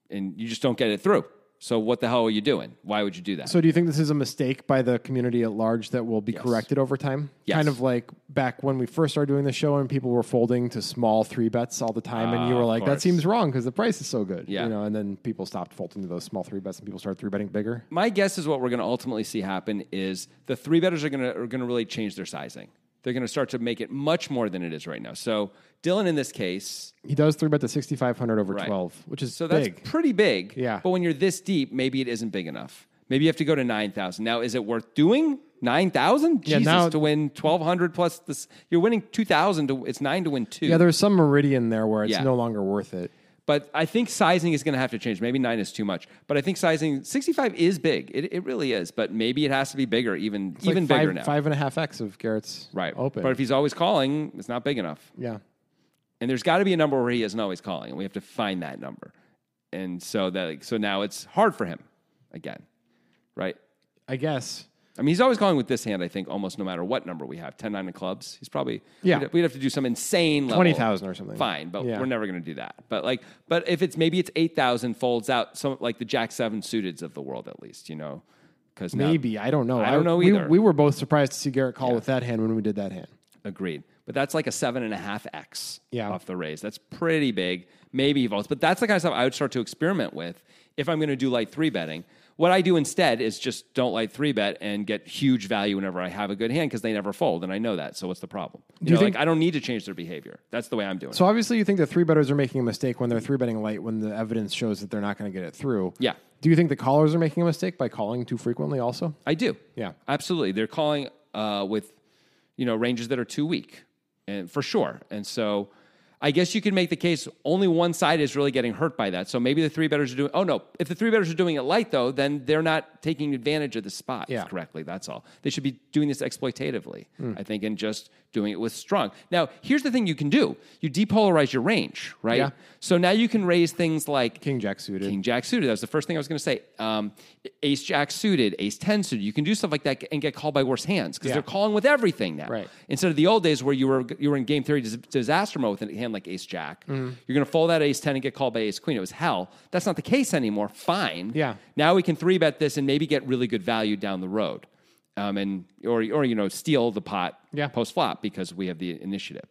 and you just don't get it through. So what the hell are you doing? Why would you do that? So, do you think this is a mistake by the community at large that will be corrected over time? Yes. Kind of like back when we first started doing the show and people were folding to small three bets all the time, and you were like, "That Ah, course. seems wrong because the price is so good." Yeah. You know, and then people stopped folding to those small three bets and people started three betting bigger. my guess is what we're going to ultimately see happen is the three betters are going to are going to really change their sizing. They're going to start to make it much more than it is right now. So Dylan, in this case, He does three bet to sixty five hundred over Right. twelve, which is So that's big. pretty big. Yeah. But when you're this deep, maybe it isn't big enough. Maybe you have to go to 9,000. Now, is it worth doing 9,000? Yeah, Jesus, now- to win 1,200 plus this. You're winning 2,000. to- It's nine to win two. yeah, there's some meridian there where it's Yeah. no longer worth it. but I think sizing is going to have to change. Maybe nine is too much. But I think sizing, 65 is big. It, it really is. But maybe it has to be bigger, even, It's like even five- bigger now. Five and a half x of Garrett's right. open. But if he's always calling, it's not big enough. yeah. And there's got to be a number where he isn't always calling, and we have to find that number. And so that so now it's hard for him again, right? I guess. I mean, he's always calling with this hand. I think almost no matter what number we have, 10, 9 of clubs. He's probably Yeah. We'd, we'd have to do some insane level, 20,000 or something. Fine, but Yeah. we're never going to do that. But like, but if it's maybe it's eight thousand folds out some like the Jack Seven suiteds of the world at least, you know, because Maybe I don't know. I don't know we- either. We, were both surprised to see Garrett call with that hand when we did that hand. Agreed. But that's like a seven and a half X Yeah. off the raise. That's pretty big. Maybe he votes. But that's the kind of stuff I would start to experiment with if I'm going to do light three betting. What I do instead is just don't light three bet and get huge value whenever I have a good hand because they never fold. And I know that. So what's the problem? You you know, think- like I don't need to change their behavior. That's the way I'm doing So obviously, you think the three betters are making a mistake when they're three betting light when the evidence shows that they're not going to get it through. Yeah. Do you think the callers are making a mistake by calling too frequently? Also, it. I do. Yeah. Absolutely. They're calling uh, with, you know, ranges that are too weak and for sure. And so I guess you could make the case only one side is really getting hurt by that. So maybe the three betters are doing, oh no, if the three betters are doing it light though, then they're not taking advantage of the spot Yeah. Hmm. correctly. That's all. They should be doing this exploitatively, I think, and just doing it with strong. Now, here's the thing you can do you depolarize your range, right? Yeah. So now you can raise things like King Jack suited. King Jack suited. That was the first thing I was going to say. Um, ace Jack suited, Ace Ten suited. You can do stuff like that and get called by worse hands because Yeah. they're calling with everything now. Right. Instead of the old days where you were you were in game theory dis- disaster mode with a hand like Ace Jack, Mm-hmm. you're going to fold that Ace Ten and get called by Ace Queen. It was hell. That's not the case anymore. Fine. Yeah. Now we can three bet this and maybe get really good value down the road, um, and or or you know steal the pot Yeah. post flop because we have the initiative.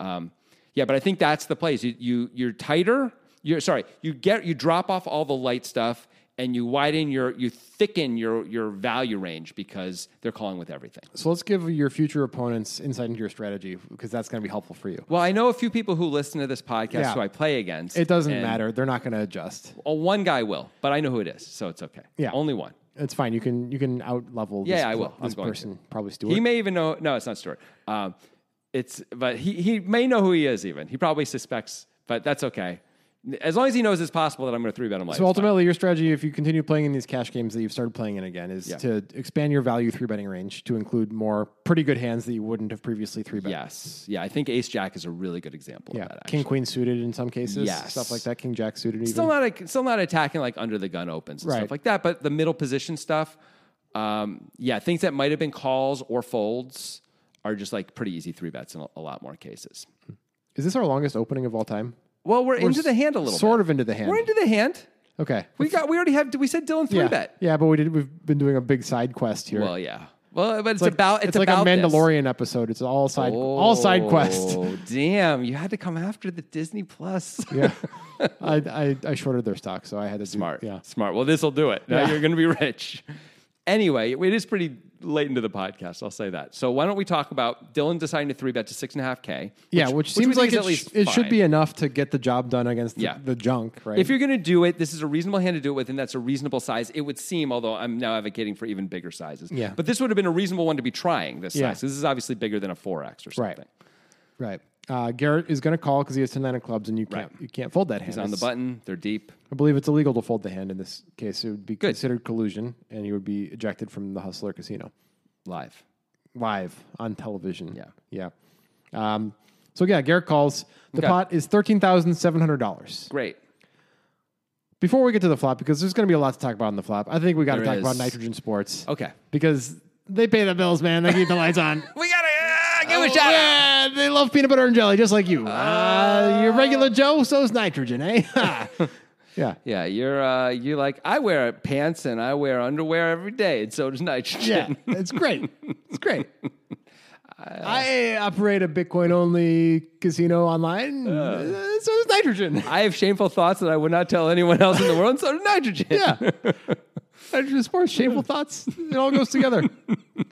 Um, yeah, but I think that's the place. You, you you're tighter. You're sorry. You get you drop off all the light stuff and you widen your you thicken your your value range because they're calling with everything. So let's give your future opponents insight into your strategy because that's going to be helpful for you. Well, I know a few people who listen to this podcast Yeah. who I play against. It doesn't and- matter; they're not going to adjust. Oh, one guy will, but I know who it is, so it's okay. Yeah. only one. It's fine. You can you can out level. Yeah, this, I will. I'm This going to. person probably Stewart. He may even know. No, it's not Stuart. Um, it's but he he may know who he is. Even he probably suspects, but that's okay. As long as he knows it's possible that I'm going to three bet him. live, so it's fine. ultimately, your strategy, if you continue playing in these cash games that you've started playing in again, is Yeah. to expand your value three betting range to include more pretty good hands that you wouldn't have previously three bet. Yes. Yeah. I think Ace Jack is a really good example Yeah, of that. Actually. king queen suited in some cases, Yes. stuff like that. King jack suited, Still even. not still not attacking like under the gun opens and Right. stuff like that, but the middle position stuff, um, yeah, things that might have been calls or folds are just like pretty easy three bets in a, a lot more cases. Is this our longest opening of all time? Well, we're, into the hand a little sort bit. of into the hand. We're into the hand. okay, We got we already have we said Dylan three yeah, bet. yeah, but we did. We've been doing a big side quest here. Well, yeah. Well, but it's, about it's, it's like about a this. Mandalorian episode. It's all side, all side quest. Oh, Damn, you had to come after the Disney Plus. Yeah, I, I I shorted their stock, so I had to do- Smart. yeah, Smart. Well, this will do it. Now Yeah. you're going to be rich. Anyway, it is pretty late into the podcast. I'll say that. So why don't we talk about Dylan deciding to three bet to six and a half k? yeah, which, seems like it, sh- it should a. be enough to get the job done against the, Yeah. the junk, right? If you're going to do it, this is a reasonable hand to do it with, and that's a reasonable size. It would seem, although I'm now advocating for even bigger sizes. Yeah. But this would have been a reasonable one to be trying this Yeah. size. This is obviously bigger than a 4X or something. right, right. Uh, Garrett is going to call because he has ten nine of clubs, and you can't Right. you can't fold that hand. He's on the It's- button. They're deep. I believe it's illegal to fold the hand in this case. It would be considered collusion, and you would be ejected from the Hustler Casino Live. live on television. Yeah. yeah. Um, so yeah, Garrett calls. The Okay. pot is thirteen thousand seven hundred dollars. Great. Before we get to the flop, because there's going to be a lot to talk about in the flop. I think we got to There talk is. about nitrogen sports. Okay. because they pay the bills, man. They keep the lights on. We got to give a shot. Yeah, they love peanut butter and jelly, just like you. Uh, Ah. you're regular Joe, so's nitrogen, eh? yeah. Yeah, you're uh, you're like I wear pants and I wear underwear every day, and so does Yeah, nitrogen. it's great. It's great. I operate a Bitcoin only casino online, uh, so is nitrogen. I have shameful thoughts that I would not tell anyone else in the world, and so does nitrogen. Yeah. nitrogen sports, shameful thoughts. It all goes together.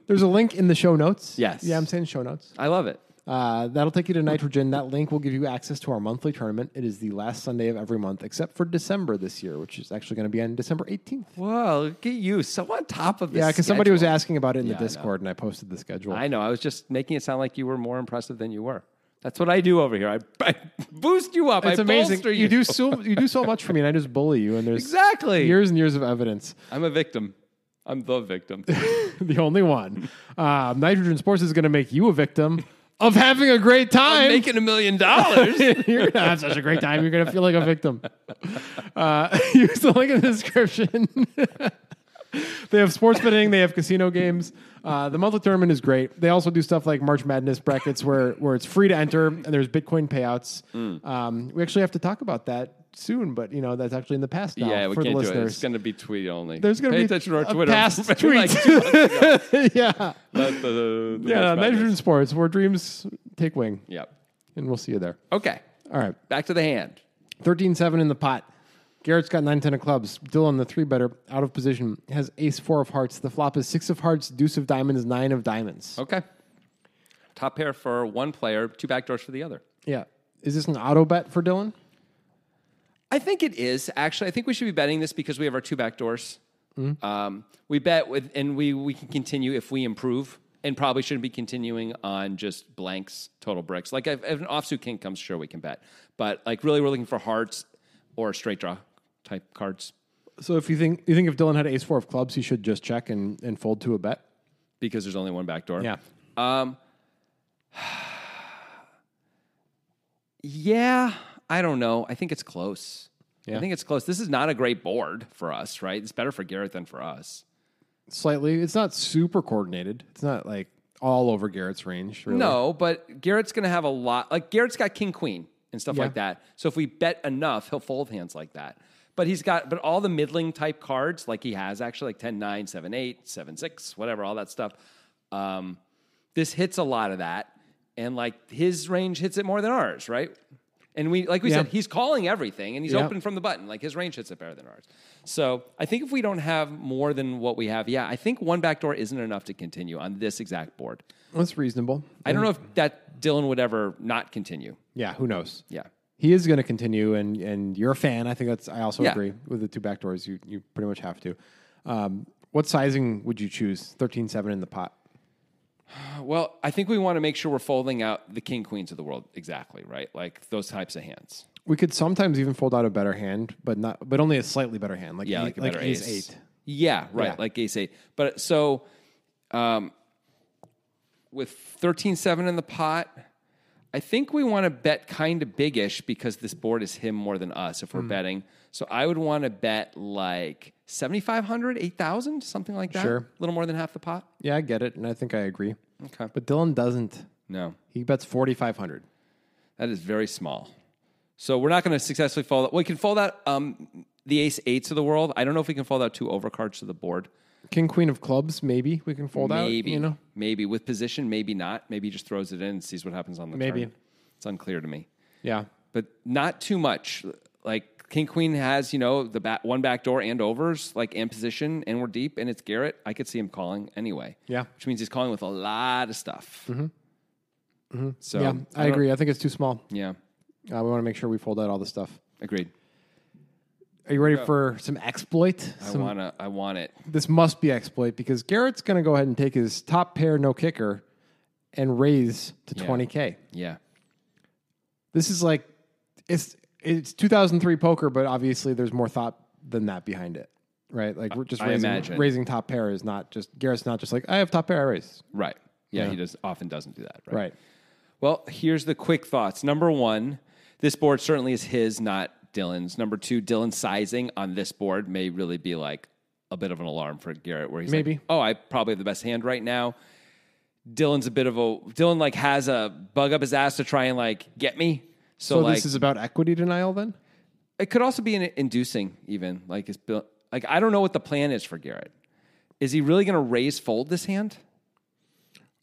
There's a link in the show notes. Yes. Yeah, I'm saying show notes. I love it. Uh, that'll take you to Nitrogen. That link will give you access to our monthly tournament. It is the last Sunday of every month, except for December this year, which is actually going to be on December 18th. Whoa, look at you. So on top of this. Yeah, because somebody was schedule. asking about it in Yeah, I the know. Discord, and I posted the schedule. I know. I was just making it sound like you were more impressive than you were. That's what I do over here. I, I boost you up. it's I amazing. bolster You. you. do so you do so much for me, and I just bully you. And there's exactly. years and years of evidence. I'm a victim. I'm the victim. the only one. Uh, Nitrogen Sports is going to make you a victim of having a great time. Making a million dollars. You're gonna have such a great time. You're gonna feel like a victim. Uh, use the link in the description. they have sports betting. They have casino games. Uh, the monthly tournament is great. They also do stuff like March Madness brackets, where where it's free to enter and there's Bitcoin payouts. Hmm. Um, we actually have to talk about that soon, but you know that's actually in the past now Yeah, we um, for can't the do it. listeners. It's going to be tweet only. There's going to Pay be attention to our a Twitter. past Like, tweet. yeah, not the- the yeah. March Madness. Nitrogen Sports, where dreams take wing, Yep. and we'll see you there. Okay. All right. Back to the hand. 13 7 in the pot. Garrett's got 9 10 of clubs. Dylan, the three better, out of position, has ace four of hearts. The flop is six of hearts, deuce of diamonds, nine of diamonds. Okay. Top pair for one player, two backdoors for the other. Yeah. Is this an auto bet for Dylan? I think it is actually. I think we should be betting this because we have our two back doors. Hmm. Um, we bet with, and we we can continue if we improve, and probably shouldn't be continuing on just blanks, total bricks. Like if, if an offsuit king comes, sure we can bet, but like really we're looking for hearts or straight draw type cards So if you think you think if Dylan had ace four of clubs, he should just check and, and fold to a bet. because there's only one back door. Yeah. Um, yeah, I don't know. I think it's close. Yeah. I think it's close. This is not a great board for us, right? It's better for Garrett than for us. Slightly. It's not super coordinated. It's not like all over Garrett's range, really. No, but Garrett's going to have a lot. Like Garrett's got king queen and stuff Yeah. like that. So if we bet enough, he'll fold hands like that. But he's got but all the middling type cards like he has actually like 10 9 7 8 7 6 whatever all that stuff. Um this hits a lot of that and like his range hits it more than ours, right? And we like we Yeah. said he's calling everything and he's Yeah. open from the button. Like his range hits it better than ours. So I think if we don't have more than what we have, yeah, I think one backdoor isn't enough to continue on this exact board. That's reasonable. I don't know if that Dylan would ever not continue. Yeah, who knows? Yeah. He is going to continue, and and you're a fan. I think that's. I also Yeah. agree with the two back doors. You you pretty much have to. Um, what sizing would you choose? Thirteen seven in the pot. Well, I think we want to make sure we're folding out the king queens of the world exactly, right? Like those types of hands. We could sometimes even fold out a better hand, but not, but only a slightly better hand, like Yeah, eight- like a better ace ace. eight. Yeah, right, Yeah. like ace eight. But so um with 13-7 in the pot, I think we want to bet kind of biggish because this board is him more than us if we're betting. So I would want to bet like 7500, 8000, something like that. Sure. A little more than half the pot. Yeah, I get it, and I think I agree. Okay. But Dylan doesn't. No. He bets forty five hundred. That is very small. So we're not going to successfully fold out. We can fold out um, the ace eights of the world. I don't know if we can fold out two overcards to the board. King queen of clubs. Maybe we can fold Maybe, out. You know, maybe with position, maybe not. Maybe he just throws it in and sees what happens on the Maybe. turn. It's unclear to me, yeah. but not too much. Like King Queen has, you know, the back, one back door and overs, like and position, and we're deep, and it's Garrett. I could see him calling anyway. Yeah. Which means he's calling with a lot of stuff. Mm-hmm. So, Mm-hmm. yeah, I don't- agree. I think it's too small. Yeah, Uh, we want to make sure we fold out all the stuff. agreed. Are you ready for some exploit? I Some- wanna, I want it. this must be exploit because Garrett's going to go ahead and take his top pair no kicker and raise to Yeah. 20k. Yeah, This is like it's it's 2003 poker, but obviously there's more thought than that behind it, right? Like we're just I raising, imagine. raising top pair is not just Garrett's not just like I have top pair, I raise, right. Yeah, Yeah. he does often doesn't do that. Right. right? Well, here's the quick thoughts. Number one, this board certainly is his, not Dylan's. Number two, Dylan's sizing on this board may really be like a bit of an alarm for Garrett, where he's like, Maybe. "Oh, I probably have the best hand right now." Dylan's a bit of a Dylan like has a bug up his ass to try and like get me. So, So like this is about equity denial, then. it could also be an inducing even like it's built like I don't know what the plan is for Garrett. Is he really going to raise fold this hand?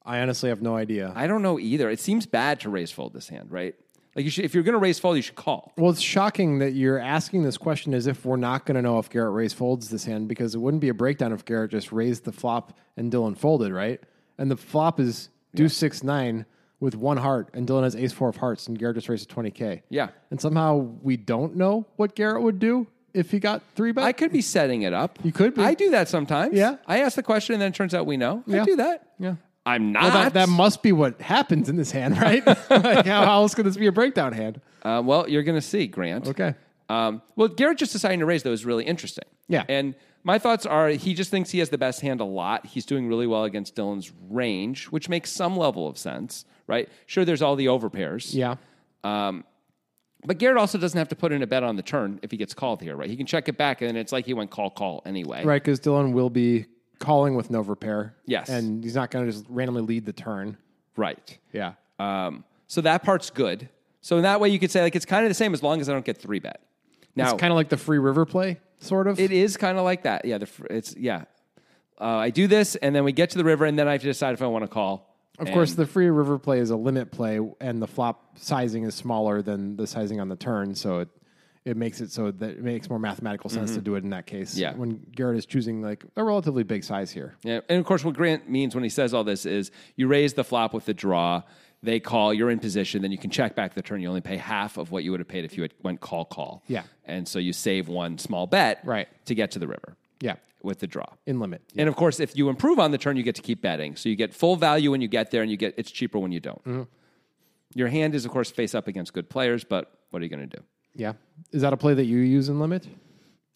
I honestly have no idea. I don't know either. It seems bad to raise fold this hand, right? Like you should if you're going to raise fold, you should call. Well, it's shocking that you're asking this question as if we're not going to know if Garrett raised folds this hand because it wouldn't be a breakdown if Garrett just raised the flop and Dylan folded, right? And the flop is deuce six nine with one heart, and Dylan has ace four of hearts, and Garrett just raised to twenty k. Yeah. and somehow we don't know what Garrett would do if he got three bet. I could be setting it up. You could be. I do that sometimes. Yeah. I ask the question and then it turns out we know. Yeah. I do that. yeah. I'm not. Well, that, that must be what happens in this hand, right? like, how else could this be a breakdown hand? uh, well, you're going to see, Grant. Okay. Um, well, Garrett just deciding to raise, though, is really interesting. Yeah. And my thoughts are he just thinks he has the best hand a lot. He's doing really well against Dylan's range, which makes some level of sense, right? Sure, there's all the overpairs. Yeah. But Garrett also doesn't have to put in a bet on the turn if he gets called here, right? He can check it back, and then it's like he went call, call anyway. Right, because Dylan will be calling with no repair. Yes. And he's not going to just randomly lead the turn. Right. Yeah. Um, so that part's good. So in that way, you could say like it's kind of the same as long as I don't get three bet. Now It's kind of like the free river play, sort of. it is kind of like that. Yeah, the, fr- it's yeah. Uh, I do this, and then we get to the river, and then I have to decide if I want to call. of course, the free river play is a limit play, and the flop sizing is smaller than the sizing on the turn. So it, it makes it so that it makes more mathematical sense to do it in that case. Mm-hmm. Yeah. When Garrett is choosing like a relatively big size here. Yeah, and of course, what Grant means when he says all this is you raise the flop with the draw. They call. You're in position. Then you can check back the turn. You only pay half of what you would have paid if you had went call call. Yeah. and so you save one small bet Right. to get to the river. Yeah. with the draw. In limit. And of course, if you improve on the turn, you get to keep betting. So you get full value when you get there, and you get it's cheaper when you don't. Mm-hmm. Your hand is, of course, face up against good players, but what are you going to do? Yeah. Is that a play that you use in limit?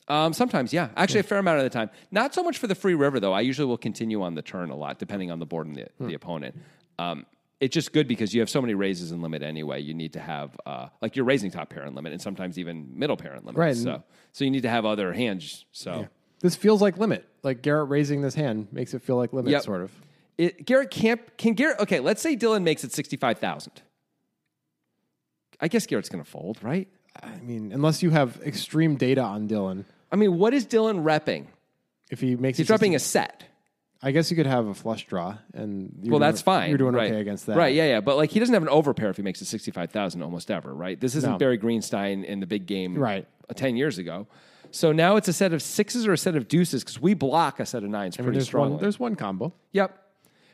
Um, sometimes, yeah, actually, a fair amount of the time. Not so much for the free river, though. I usually will continue on the turn a lot, depending on the board and the, the opponent. Um, it's just good because you have so many raises in limit anyway. You need to have uh, like you're raising top pair in limit, and sometimes even middle pair in limit. Right. So, so you need to have other hands. So. This feels like limit. Like Garrett raising this hand makes it feel like limit, Yep. sort of. It, Garrett Camp can Garrett. Okay, let's say Dylan makes it sixty-five thousand. I guess Garrett's going to fold, right? I mean, unless you have extreme data on Dylan, I mean, what is Dylan repping? if he makes He's repping a set. I guess you could have a flush draw, and you're Well, doing- that's fine. You're doing right. okay against that, right? Yeah, yeah. But like, he doesn't have an overpair if he makes it sixty-five thousand almost ever, right? This isn't No. Barry Greenstein in the big game, Right. uh, Ten years ago. So now it's a set of sixes or a set of deuces because we block a set of nines pretty There's strongly. one. There's one combo. Yep.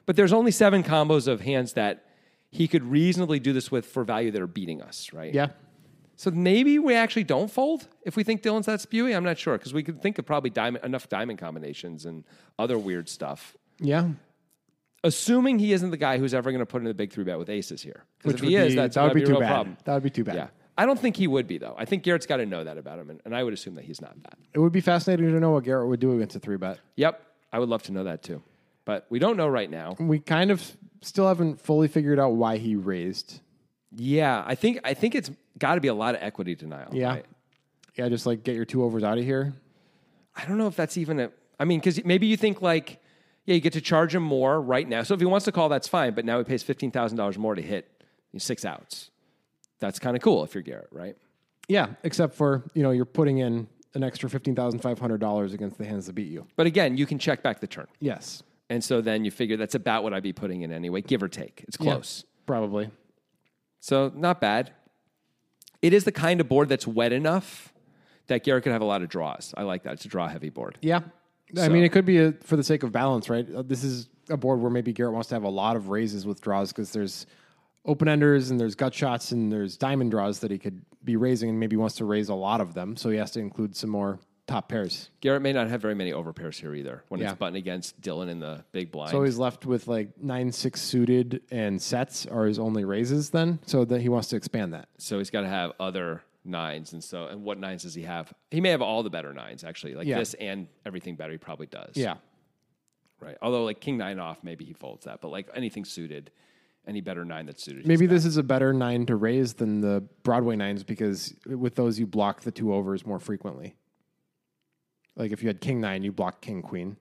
But there's only seven combos of hands that he could reasonably do this with for value that are beating us, right? Yeah, So maybe we actually don't fold if we think Dylan's that spewy. I'm not sure because we could think of probably diamond, enough diamond combinations and other weird stuff. yeah. Assuming he isn't the guy who's ever going to put in the big three bet with aces here, because Which if would he is, be- that's, that would be a too real bad. problem. That would be too bad. Yeah, I don't think he would be though. I think Garrett's got to know that about him, and, and I would assume that he's not that. It would be fascinating to know what Garrett would do against a three bet. Yep, I would love to know that too, but we don't know right now. We kind of still haven't fully figured out why he raised. Yeah, I think I think it's got to be a lot of equity denial. Yeah, right? yeah. Just like get your two overs out of here. I don't know if that's even a. I mean, because maybe you think like, yeah, you get to charge him more right now. So if he wants to call, that's fine. But now he pays fifteen thousand dollars more to hit six outs. That's kind of cool if you're Garrett, right? Yeah, except for you know you're putting in an extra fifteen thousand five hundred dollars against the hands that beat you. But again, you can check back the turn, Yes, and so then you figure that's about what I'd be putting in anyway, give or take. It's close, probably. so not bad. It is the kind of board that's wet enough that Garrett could have a lot of draws. I like that. It's a draw heavy board. Yeah. I So- mean, it could be a, for the sake of balance, right? Uh, This is a board where maybe Garrett wants to have a lot of raises with draws because there's open enders and there's gut shots and there's diamond draws that he could be raising and maybe wants to raise a lot of them. So he has to include some more top pairs. Garrett may not have very many overpairs here either when Yeah. it's button against Dylan in the big blind. So he's left with like nine, six suited and sets are his only raises then. So that he wants to expand that. so he's got to have other nines and so and what nines does he have he may have all the better nines actually like Yeah. this and everything better he probably does Yeah. right although like king nine off maybe he folds that but like anything suited any better nine that's suited he's Maybe this is a better nine to raise than the Broadway nines because with those you block the two overs more frequently. Like if you had king nine, you block king queen.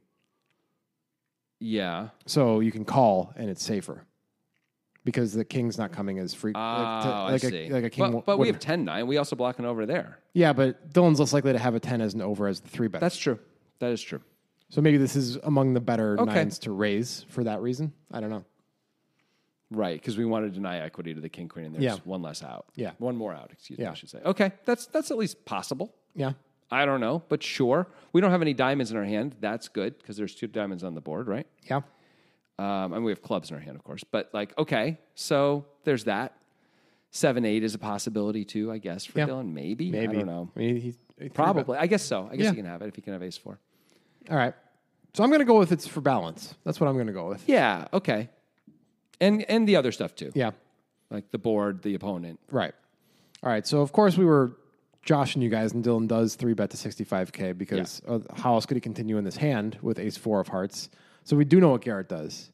yeah So you can call and it's safer because the king's not coming as free. oh, like, to- I like see. a like a king. but, but we would- have 10 9 we also block an over there yeah, but Dylan's less likely to have a ten as an over as the three bet. that's true that is true So maybe this is among the better Okay. nines to raise for that reason. I don't know. right because we want to deny equity to the king queen and there's Yeah. one less out Yeah. one more out excuse me Yeah. i should say okay that's that's at least possible Yeah, i don't know but sure we don't have any diamonds in our hand that's good because there's two diamonds on the board right yeah, Um, and we have clubs in our hand, of course. But like, okay, so there's that. Seven eight is a possibility too, I guess, for Yeah. Dylan. Maybe. maybe. I don't know. I mean, he- he- three bet. Probably. I guess so. I guess Yeah. he can have it if he can have ace four. All right. So I'm going to go with it's for balance. That's what I'm going to go with. Yeah, okay. And and the other stuff too. Yeah. Like the board, the opponent. Right. All right. So of course we were joshing you guys, and Dylan does three bet to sixty five k because uh, how else could he continue in this hand with Ace four of hearts? So we do know what Garrett does.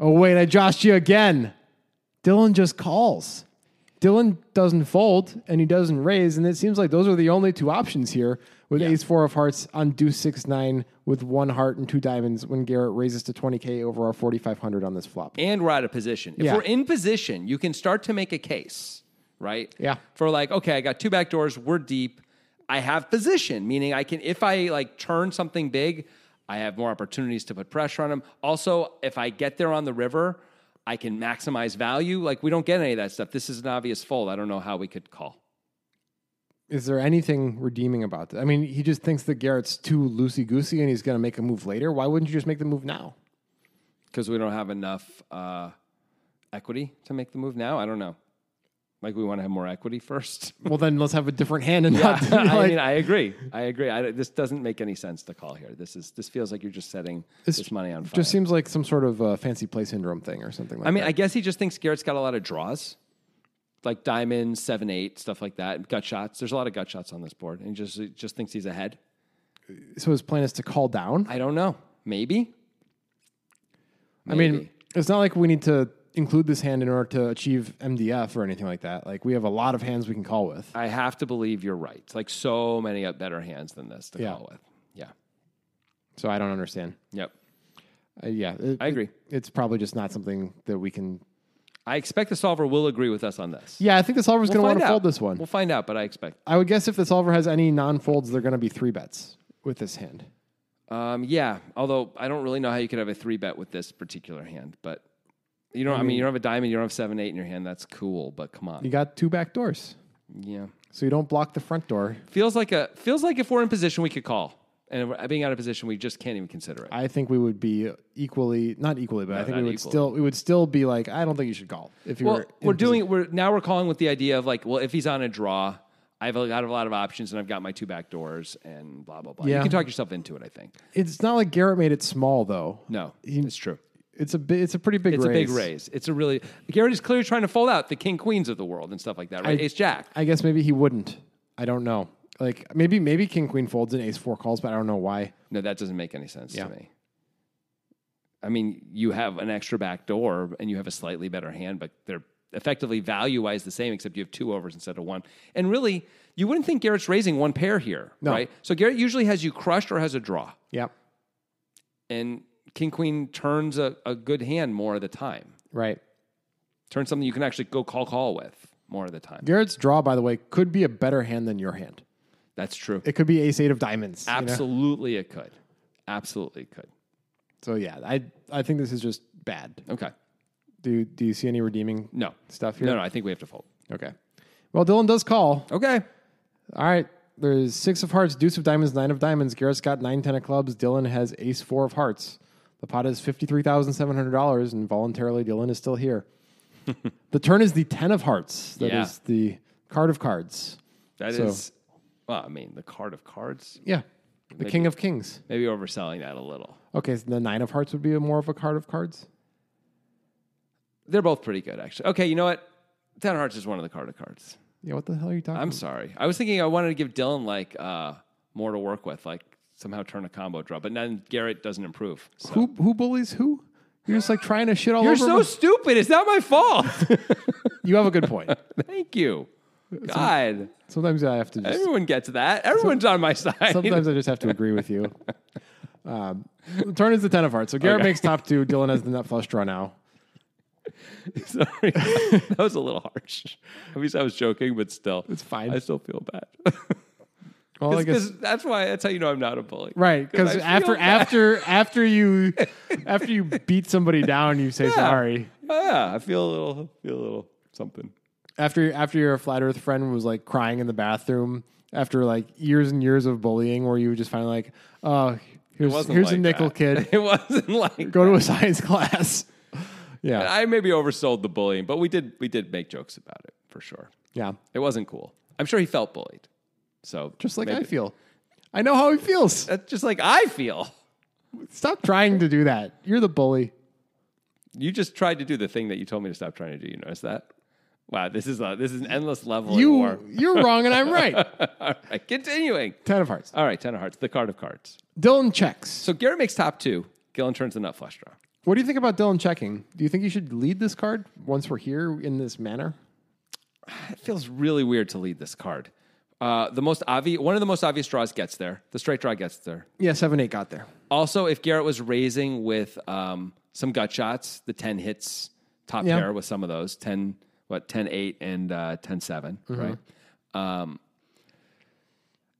Oh wait, I joshed you again. Dylan just calls. Dylan doesn't fold and he doesn't raise, and it seems like those are the only two options here with Ace four of hearts on Deuce six nine with one heart and two diamonds when Garrett raises to twenty k over our forty five hundred on this flop. And we're out of position. If Yeah. we're in position, you can start to make a case, right? Yeah. For like, okay, I got two back doors, we're deep. I have position, meaning I can if I like turn something big, I have more opportunities to put pressure on them. Also, if I get there on the river, I can maximize value. Like we don't get any of that stuff. This is an obvious fold. I don't know how we could call. is there anything redeeming about that? I mean, he just thinks that Garrett's too loosey goosey and he's going to make a move later. Why wouldn't you just make the move now? Because we don't have enough uh, equity to make the move now. I don't know. Like we want to have more equity first. Well, then let's have a different hand and not do, I like, mean, I agree. I agree. I, this doesn't make any sense to call here. This is this feels like you're just setting It's this money on fire. just seems like some sort of uh, fancy play syndrome thing or something. Like I mean, that. I guess he just thinks Garrett's got a lot of draws, like diamonds, seven, eight, stuff like that. Gut shots. There's a lot of gut shots on this board, and he just he just thinks he's ahead. so his plan is to call down. I don't know. Maybe. I mean, Maybe. it's not like we need to include this hand in order to achieve MDF or anything like that. Like we have a lot of hands we can call with. I have to believe you're right. Like so many better hands than this to Yeah. call with. Yeah. So I don't understand. Yep. Uh, yeah, it- I agree. it's probably just not something that we can. I expect the solver will agree with us on this. Yeah, I think the solver's going to want Find to out. fold this one. We'll find out, but I expect. I would guess if the solver has any non folds, they're going to be three bets with this hand. Um, yeah, although I don't really know how you could have a three bet with this particular hand, but you don't. I mean, you don't have a diamond, you don't have seven eight in your hand. That's cool, but come on, You got two back doors, yeah. so you don't block the front door. Feels like a feels like if we're in position, we could call, and if we're- being out of position, we just can't even consider it. I think we would be equally, not equally, but I think we not would equally. still, we would still be like, I don't think you should call if you well, were. in we're posi- doing we're now we're calling with the idea of like, well, if he's on a draw, I've got a lot of options, and I've got my two back doors, and blah blah blah. Yeah. You can talk yourself into it. I think It's not like Garrett made it small though. no, He- it's true. it's a bi- it's a pretty big. It's a big raise. raise. It's a really Garrett is clearly trying to fold out the king queens of the world and stuff like that, right? Ace jack. I guess maybe he wouldn't. I don't know. Like maybe maybe king queen folds and ace four calls, but I don't know why. No, that doesn't make any sense Yeah. to me. I mean, you have an extra back door and you have a slightly better hand, but they're effectively value wise the same, except you have two overs instead of one. And really, you wouldn't think Garrett's raising one pair here, right? So Garrett usually has you crushed or has a draw. Yep. And King Queen turns a, a good hand more of the time, Right. turns something you can actually go call call with more of the time. Garrett's draw, by the way, could be a better hand than your hand. That's true. It could be ace eight of diamonds. you know? Absolutely, it could. Absolutely, it could. So yeah, I I think this is just bad. Okay. Do do you see any redeeming? No. Stuff here? No, no, I think we have to fold. Okay. Well, Dylan does call. Okay. All right. There's six of hearts, deuce of diamonds, nine of diamonds. Garrett's got nine ten of clubs. Dylan has ace four of hearts. The pot is fifty three thousand seven hundred dollars, and voluntarily Dylan is still here. the turn is the ten of hearts. That is Yeah. the card of cards. That is, So- well, I mean, the card of cards. Yeah, the king of kings. Maybe overselling that a little. Okay, so the nine of hearts would be a more of a card of cards. They're both pretty good, actually. Okay, you know what? Ten of Hearts is one of the card of cards. Yeah, what the hell are you talking? I'm about? sorry. I was thinking I wanted to give Dylan like uh, more to work with, like somehow turn a combo draw, but then Garrett doesn't improve. So. Who who bullies who? You're just like trying to shit all You're over. so me. stupid. It's not my fault. you have a good point. Thank you. God, Sometimes I have to just everyone gets that. Everyone's on my side. Sometimes I just have to agree with you. Um, turn is the ten of hearts. So Garrett Okay. makes top two. Dylan has the nut flush draw now. Sorry, that was a little harsh. At least I was joking, but still, it's fine. I still feel bad. Well, I guess Because that's why that's how you know I'm not a bully. right because 'Cause I after feel bad. after after you after you beat somebody down, you say sorry. Yeah, I feel a little, feel a little something. After after your flat Earth friend was like crying in the bathroom after like years and years of bullying, where you just finally like, oh, here's wasn't here's a like nickel that. kid. It wasn't like Go to a science class. Yeah, I maybe oversold the bullying, but we did we did make jokes about it for sure. yeah, It wasn't cool. I'm sure he felt bullied. So just like I maybe- feel. I know how he feels. That's just like I feel. Stop trying to do that. You're the bully. You just tried to do the thing that you told me to stop trying to do. You notice that? Wow, this is a this is an endless level. of war. You you're wrong and I'm right. All right, continuing. Ten of hearts. All right, ten of hearts, the card of cards. Dylan checks. So Garrett makes top two. Gillen turns the nut flush draw. What do you think about Dylan checking? Do you think he should lead this card once we're here in this manner? It feels really weird to lead this card. Uh, the most obvious, one of the most obvious draws gets there. The straight draw gets there. Yeah, seven eight got there. Also, if Garrett was raising with um, some gut shots, the 10 hits top Yeah. pair with some of those 10, what, 10 8 and uh, 10 7, Mm-hmm. right? Um,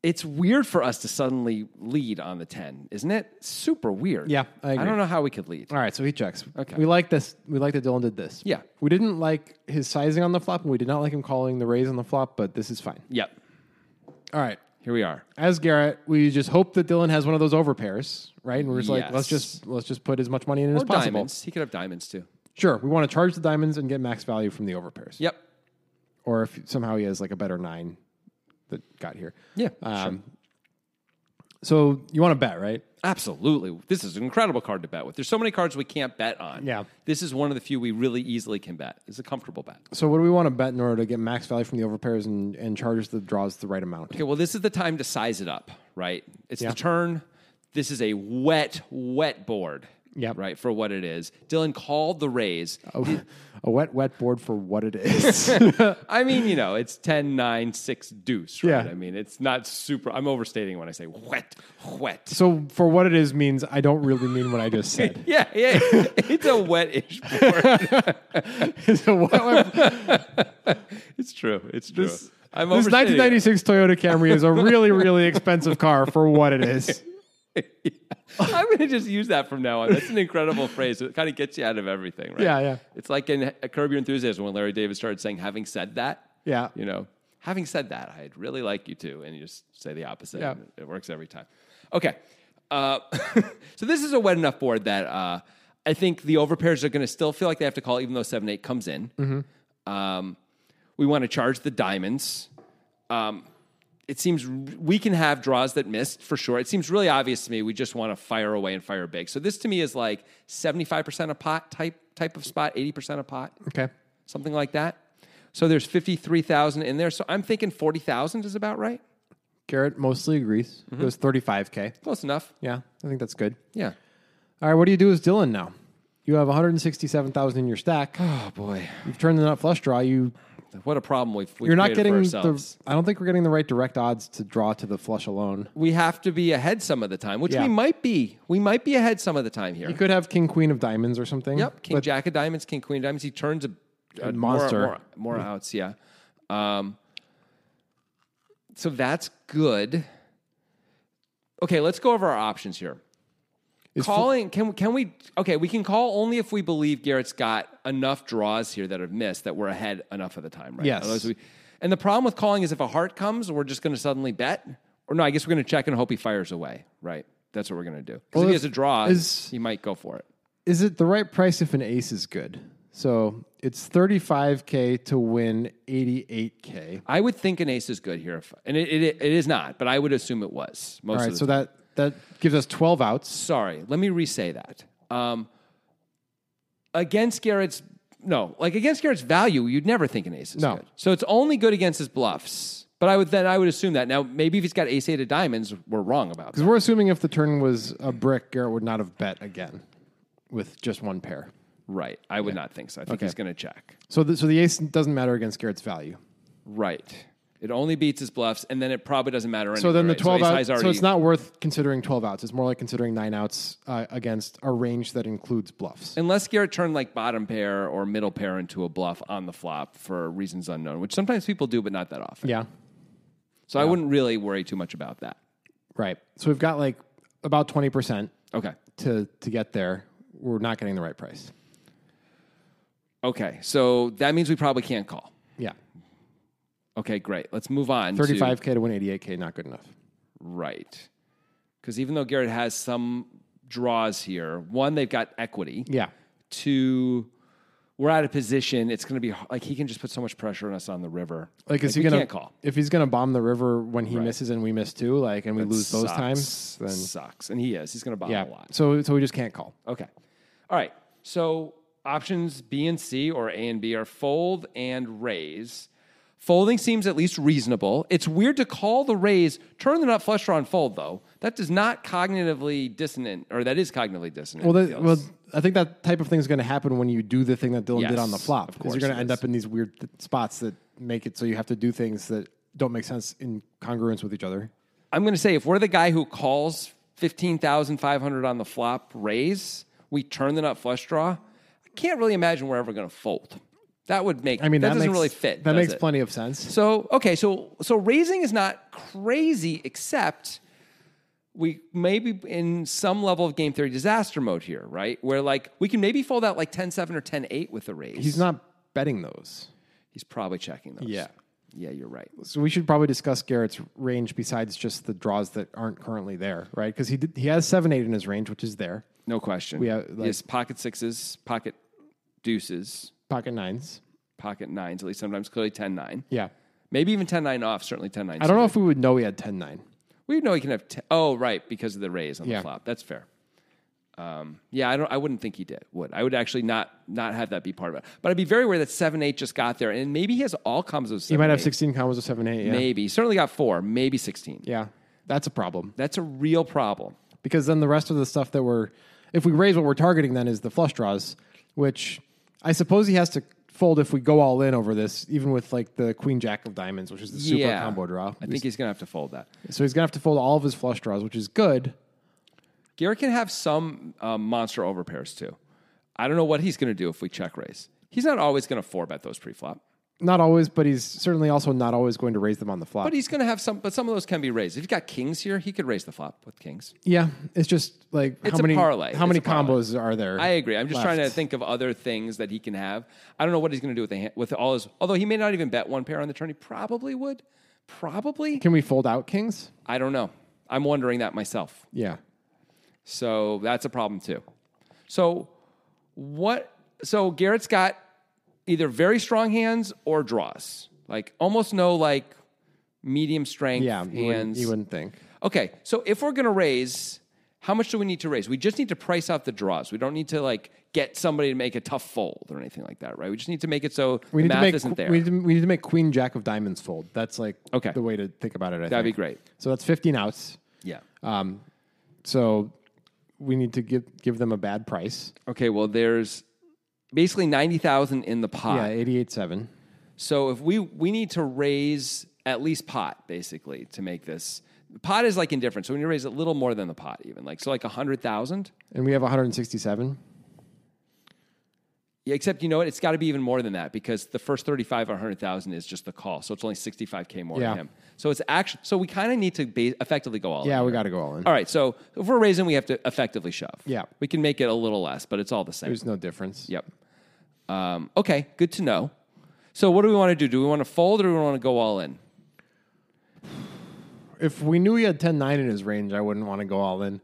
it's weird for us to suddenly lead on the 10, isn't it? Super weird. Yeah, I agree. I don't know how we could lead. All right, so he checks. Okay. We like this. We like that Dylan did this. Yeah. We didn't like his sizing on the flop, and we did not like him calling the raise on the flop, but this is fine. Yep. All right. Here we are. As Garrett, we just hope that Dylan has one of those overpairs, right? And we're just like, Yes. let's just let's just put as much money in Or as possible. diamonds. He could have diamonds too. Sure, we want to charge the diamonds and get max value from the overpairs. Yep. or if somehow he has like a better nine that got here. Yeah. sure. Um, So you want to bet, right? Absolutely. This is an incredible card to bet with. There's so many cards we can't bet on. Yeah. This is one of the few we really easily can bet. It's a comfortable bet. So what do we want to bet in order to get max value from the overpairs and, and charges the draws the right amount? Okay, well, this is the time to size it up, right? It's Yeah. the turn. This is a wet, wet board. Yep. Right, for what it is. Dylan called the raise. A, a wet, wet board for what it is. I mean, you know, it's 10, 9, 6 deuce, right? Yeah. I mean, it's not super. I'm overstating when I say wet, wet. so for what it is means I don't really mean what I just said. Yeah, yeah. it's a wet ish board. So what- what- It's true. It's true. I'm this overstating it. 1996 Toyota Camry is a really, really expensive car for what it is. I'm going to just use that from now on. That's an incredible phrase. It kind of gets you out of everything, right? Yeah, yeah. It's like in Curb Your Enthusiasm when Larry David started saying, having said that. Yeah. You know, having said that, I'd really like you to. And you just say the opposite. Yeah. and It works every time. Okay. Uh, so this is a wet enough board that uh, I think the overpairs are going to still feel like they have to call, even though 7 8 comes in. Um, we want to charge the diamonds. Um, it seems r- we can have draws that missed for sure. It seems really obvious to me. We just want to fire away and fire big. So this to me is like seventy five percent a pot type type of spot, eighty percent a pot, Okay. something like that. So there's fifty three thousand in there. So I'm thinking forty thousand is about right. Garrett mostly agrees. Mm-hmm. It was 35K. Close enough. Yeah, I think that's good. Yeah. All right, what do you do with Dylan now? You have 167,000 in your stack. Oh boy, You've turned the nut flush draw. You what a problem we've, we've you're not created getting for the. ourselves. I don't think we're getting the right direct odds to draw to the flush alone. we have to be ahead some of the time, which Yeah. we might be. We might be ahead some of the time here. You could have king queen of diamonds or something. Yep, King Jack of Diamonds, King Queen of Diamonds. He turns a, a monster. More, more, more outs, yeah. Um, so that's good. Okay, let's go over our options here. Is fl- Calling can can we? Okay, we can call only if we believe Garrett's got enough draws here that have missed that we're ahead enough of the time, right? Yes. Otherwise we- And the problem with calling is if a heart comes, we're just going to suddenly bet. Or no, I guess we're going to check and hope he fires away. Right. That's what we're going to do. Because Well, if he if- has a draw, is- he might go for it. Is it the right price if an ace is good? So it's 35K to win 88K. I would think an ace is good here. If, and it, it, it is not, but I would assume it was. Most All of right, the so that, that gives us 12 outs. sorry, let me re-say that. Um, against Garrett's no, like against Garrett's value, you'd never think an ace is No. good. So it's only good against his bluffs. But I would then I would assume that. Now maybe if he's got ace eight of diamonds, we're wrong about that. Because we're assuming if the turn was a brick, Garrett would not have bet again with just one pair. Right. I would not think so. I think he's gonna check. So the, so the ace doesn't matter against Garrett's value. Right. It only beats his bluffs, and then it probably doesn't matter anyway. So then the right? 12 ace outs. high's So already- it's not worth considering 12 outs. It's more like considering nine outs uh, against a range that includes bluffs. Unless Garrett turned like bottom pair or middle pair into a bluff on the flop for reasons unknown, which sometimes people do, but not that often. yeah. So I wouldn't really worry too much about that. Right. So we've got like about 20% Okay. to, to get there. We're not getting the right price. Okay, so that means we probably can't call. Yeah. Okay, great. Let's move on. to- 35K to win 88K, not good enough. right? Because even though Garrett has some draws here, one they've got equity. Yeah. Two, we're out of position. It's going to be h- like he can just put so much pressure on us on the river. Like, is we he gonna can't call? if he's gonna bomb the river when he misses and we miss too, like and we lose both Sucks. times, then sucks, and he is. He's going to bomb yeah. a lot. So so we just can't call. Okay, all right. So options B and C or A and B are fold and raise. Folding seems at least reasonable. It's weird to call the raise, turn the nut flush draw and fold though. That does not cognitively dissonant, or that is cognitively dissonant. Well, It that, feels- well, I think that type of thing is going to happen when you do the thing that Dylan Yes, did on the flop. of Because course you're going it to end is. up in these weird th- spots that make it so you have to do things that don't make sense in congruence with each other. I'm going to say if we're the guy who calls 15,500 on the flop raise, we turn the nut flush draw. I can't really imagine we're ever going to fold. That would make, I mean, that, that, doesn't makes- really fit. That does makes it? plenty of sense. So okay, so so raising is not crazy, except we may be in some level of game theory disaster mode here, right? Where like we can maybe fold out like 10-7 or 10-8 with a raise. He's not betting those. He's probably checking those. Yeah. Yeah, you're right. So we should probably discuss Garrett's range besides just the draws that aren't currently there, right? Because he did, he has seven eight in his range, which is there. No question. have, He like- has pocket sixes, pocket deuces, Pocket nines. pocket nines, at least sometimes clearly 10-9. Yeah. Maybe even 10-9 off, certainly 10-9. I don't know if we would know he had 10 9. We know he can have. T- oh, right, because of the raise on the Yeah. flop. That's fair. Um, yeah, I don't. I wouldn't think he did. Would I would actually not not have that be part of it. But I'd be very aware that seven eight just got there, and maybe he has all combos of seven. He might have eight. 16 combos of 7 8. Yeah. Maybe certainly got four. Maybe sixteen. yeah. That's a problem. That's a real problem. because then the rest of the stuff that we're if we raise what we're targeting then is the flush draws which i suppose he has to fold if we go all in over this even with like the queen jack of diamonds which is the super yeah, combo draw I think he's gonna have to fold that. so he's gonna have to fold all of his flush draws which is good Garrett can have some um, monster overpairs too. I don't know what he's gonna do if we check raise. He's not always gonna four bet those pre flop. not always but he's certainly also not always going to raise them on the flop But he's going to have some, but some of those can be raised. If you've got kings here, he could raise the flop with kings. yeah it's just like It's how a many parlay. how It's many a parlay. combos are there I agree. I'm just left? trying to think of other things that he can have. I don't know what he's going to do with the hand, with all his. Although he may not even bet one pair on the turn, he probably would. Probably. can we fold out kings I don't know. I'm wondering that myself. yeah So that's a problem too. So what? So Garrett's got either very strong hands or draws. Like almost no like medium strength yeah you wouldn't, hands. you wouldn't think Okay, so if we're going to raise, how much do we need to raise? We just need to price out the draws. We don't need to like get somebody to make a tough fold or anything like that, right? We just need to make it so we the need math to make isn't there. We need to, we need to make queen jack of diamonds fold that's like Okay. the way to think about it I That'd be think. great. So that's 15 outs. yeah. So we need to give give them a bad price. okay. Well, there's basically ninety thousand in the pot. Yeah, 88 7. So if we we need to raise at least pot basically to make this. Pot is like indifferent, so we need to raise a little more than the pot, even like so, like a hundred thousand. And we have 167. Yeah, except you know what? It's got to be even more than that because the first thirty-five or hundred thousand is just the call, so it's only sixty-five k more Yeah. than him. So it's actually so we kind of need to ba- effectively go all. Yeah, in we here. got to go all in. All right, so if we're raising, we have to effectively shove. Yeah. we can make it a little less, but it's all the same. There's no difference. yep. Um, okay, good to know. So what do we want to do? Do we want to fold or do we want to go all in? If we knew he had 10 9 in his range, I wouldn't want to go all in.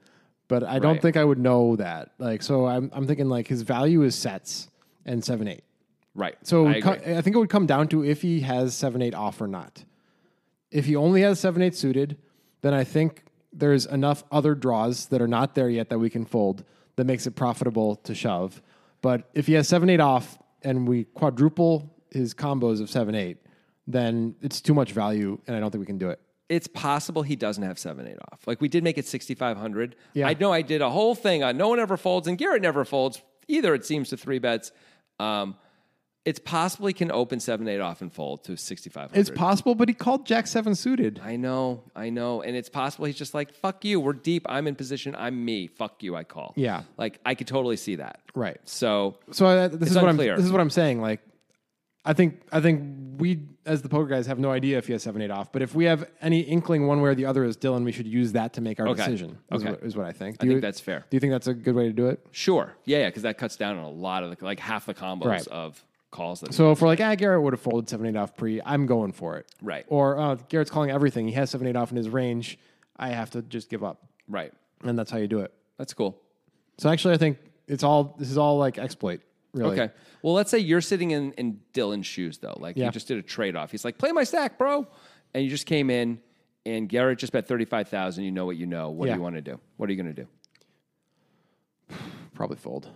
But I don't Right. think I would know that. Like, so I'm, I'm thinking like his value is sets and 7 8. Right. So it I would co- agree. I think it would come down to if he has seven eight off or not. If he only has seven eight suited, then I think there's enough other draws that are not there yet that we can fold that makes it profitable to shove. But if he has seven eight off and we quadruple his combos of seven eight, then it's too much value, and I don't think we can do it. it's possible he doesn't have seven eight off. Like we did make it sixty five hundred. Yeah. I know I did a whole thing on no one ever folds and Garrett never folds either. It seems to three bets. Um, it's possible he can open seven eight off and fold to sixty five hundred. It's possible, but he called Jack seven suited. I know, I know. And it's possible he's just like, fuck you, we're deep, I'm in position, I'm me, fuck you, I call. Yeah. Like, I could totally see that. Right. So, So I, this is what unclear. I'm. This is what I'm saying. Like, I think I think we as the poker guys have no idea if he has seven eight off. But if we have any inkling one way or the other is Dylan, we should use that to make our Okay. decision. Is, Okay. what, is what I think. I Do think you- that's fair. Do you think that's a good way to do it? sure. Yeah, yeah, because that cuts down on a lot of the, like half the combos Right. of calls that. So if we're like, ah, Garrett would have folded seven eight off pre, I'm going for it. Right. Or uh, Garrett's calling everything. He has seven eight off in his range. I have to just give up, right. and that's how you do it. That's cool. So actually, I think it's all. This is all like exploit. Really. Okay. Well, let's say you're sitting in, in Dylan's shoes, though. Like, Yeah. you just did a trade off. He's like, play my stack, bro. And you just came in, and Garrett just bet 35000 You know what you know. What Yeah. do you want to do? What are you going to do? Probably fold.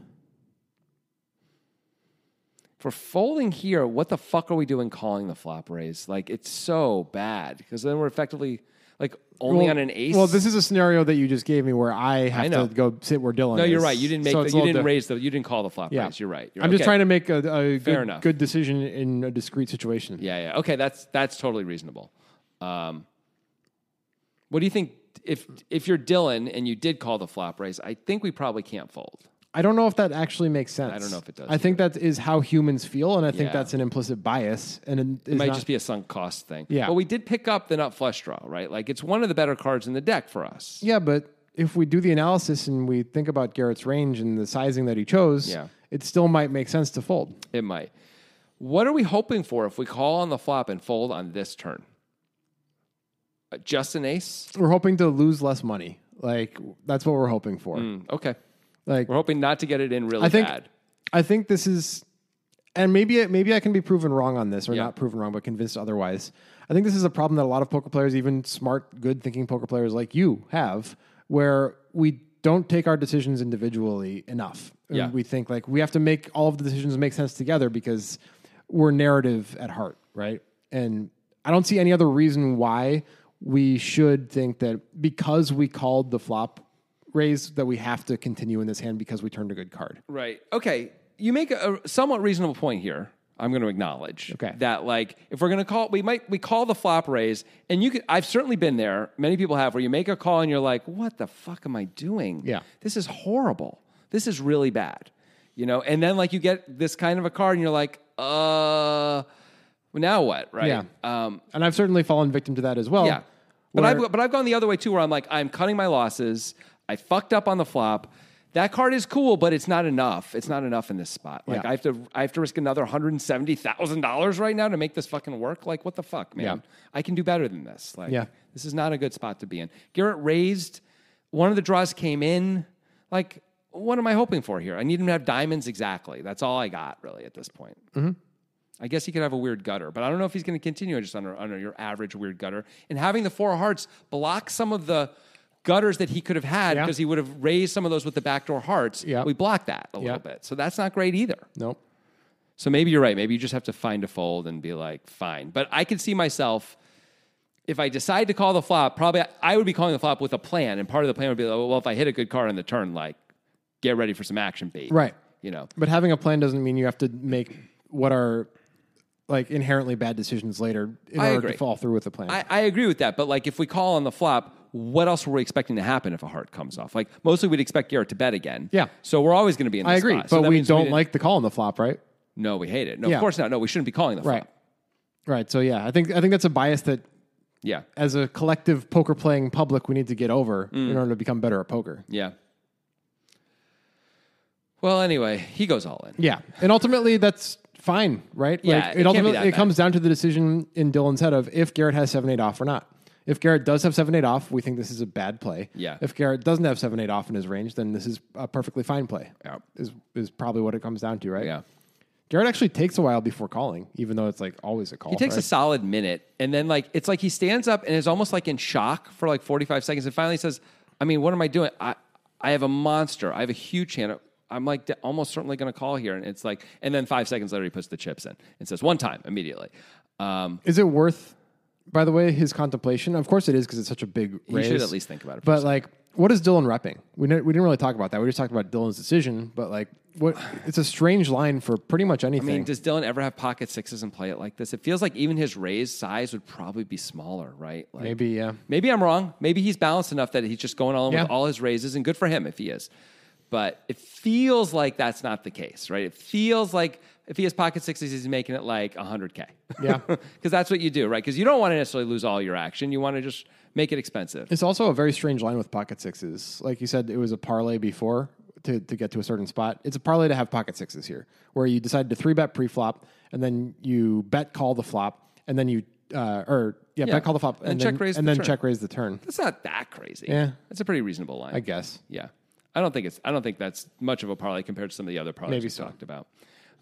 for folding here, what the fuck are we doing calling the flop raise? Like it's so bad because then we're effectively like only Well- on an ace. Well, this is a scenario that you just gave me where I have I know. to go sit where Dylan. no, you're is. right. You didn't make So the, it's a you little didn't diff- raise the you didn't call the flop Yeah. raise. You're right. You're- I'm okay. just trying to make a, a enough. good, good decision in a discrete situation. Yeah, yeah. Okay, that's that's totally reasonable. Um, what do you think if if you're Dylan and you did call the flop raise? I think we probably can't fold. I don't know if that actually makes sense. I don't know if it does I think that is how humans feel, and I think Yeah. that's an implicit bias. And it, It might just be a sunk cost thing. Yeah. But we did pick up the nut flush draw, right? Like it's one of the better cards in the deck for us. yeah, but if we do the analysis and we think about Garrett's range and the sizing that he chose, Yeah. it still might make sense to fold. It might. What are we hoping for if we call on the flop and fold on this turn? Uh, Just an ace? We're hoping to lose less money. Like that's what we're hoping for. Hmm, Okay. Like We're hoping not to get it in really I think bad. I think this is, and maybe it, maybe I can be proven wrong on this, or Yeah. not proven wrong, but convinced otherwise. I think this is a problem that a lot of poker players, even smart, good-thinking poker players like you, have, where we don't take our decisions individually enough. And Yeah. we think like we have to make all of the decisions make sense together because we're narrative at heart, right? And I don't see any other reason why we should think that because we called the flop raise that we have to continue in this hand because we turned a good card. Right. Okay. You make a a somewhat reasonable point here. I'm going to acknowledge Okay. that, like, if we're going to call, we might we call the flop raise, and you could. I've certainly been there. Many people have, where you make a call and you're like, "What the fuck am I doing? Yeah. this is horrible. This is really bad." You know, and then like you get this kind of a card, and you're like, "Uh, now what?" Right? Yeah. Um, And I've certainly fallen victim to that as well. yeah. But Where- I've, but I've gone the other way too, where I'm like, I'm cutting my losses. I fucked up on the flop. That card is cool, but it's not enough. It's not enough in this spot. Like Yeah. I have to, I have to risk another hundred and seventy thousand dollars right now to make this fucking work. Like what the fuck, man? Yeah. I can do better than this. Like Yeah. this is not a good spot to be in. Garrett raised. One of the draws came in. Like what am I hoping for here? I need him to have diamonds exactly. That's all I got really at this point. I guess he could have a weird gutter, but I don't know if he's going to continue just under, under your average weird gutter. And having the four of hearts block some of the gutters that he could have had Yeah. because he would have raised some of those with the backdoor hearts. Yeah. We blocked that a Yeah. little bit. So that's not great either. nope. So maybe you're right. Maybe you just have to find a fold and be like, fine. But I could see myself, if I decide to call the flop, probably I would be calling the flop with a plan. And part of the plan would be, like, well, if I hit a good card on the turn, like, get ready for some action bait. Right. You know, But having a plan doesn't mean you have to make what are like inherently bad decisions later in I order agree. to fall through with the plan. I, I agree with that. But like, if we call on the flop, what else were we expecting to happen if a heart comes off? Like, mostly we'd expect Garrett to bet again. Yeah. So we're always going to be in. This I agree, spot. So but that we means don't didn't- like the call on the flop, right? No, we hate it. No, Yeah. of course not. No, we shouldn't be calling the Right. flop. Right. So yeah, I think I think that's a bias that Yeah. as a collective poker playing public we need to get over Mm. in order to become better at poker. Yeah. Well, anyway, he goes all in. Yeah. And ultimately that's fine, right? Yeah, it like, can't it be ultimately that it bad. comes down to the decision in Dylan's head of if Garrett has seven eight off or not. If Garrett does have seven eight off, we think this is a bad play. Yeah. If Garrett doesn't have seven eight off in his range, then this is a perfectly fine play. Yeah. Is is probably what it comes down to, right? Yeah. Garrett actually takes a while before calling, even though it's like always a call. He takes a solid minute, and then like it's like he stands up and is almost like in shock for like forty five seconds, and finally says, "I mean, what am I doing? I I have a monster. I have a huge hand. I'm like de- almost certainly going to call here." And it's like, and then five seconds later, he puts the chips in and says one time immediately. Um, Is it worth, by the way, his contemplation? Of course it is because it's such a big should raise. at least think about it for a But like, what is Dylan repping? We didn't, we didn't really talk about that. We just talked about Dylan's decision, but like, what? It's a strange line for pretty much anything. I mean, does Dylan ever have pocket sixes and play it like this? It feels like even his raised size would probably be smaller, right? Like, Maybe, yeah. Maybe I'm wrong. Maybe he's balanced enough that he's just going all in Yeah. with all his raises, and good for him if he is. But it feels like that's not the case, right? It feels like if he has pocket sixes, he's making it like 100K. Yeah. Because that's what you do, right? Because you don't want to necessarily lose all your action. You want to just make it expensive. It's also a very strange line with pocket sixes. Like you said, it was a parlay before to, to get to a certain spot. It's a parlay to have pocket sixes here, where you decide to three bet pre flop, and then you bet call the flop, and then you uh, or yeah, Yeah. bet call the flop, And and, check then, raise and the then turn. check raise the turn. That's not that crazy. Yeah. That's a pretty reasonable line. I guess. Yeah, I don't think it's. I don't think that's much of a parlay compared to some of the other parlays Maybe we so. talked about.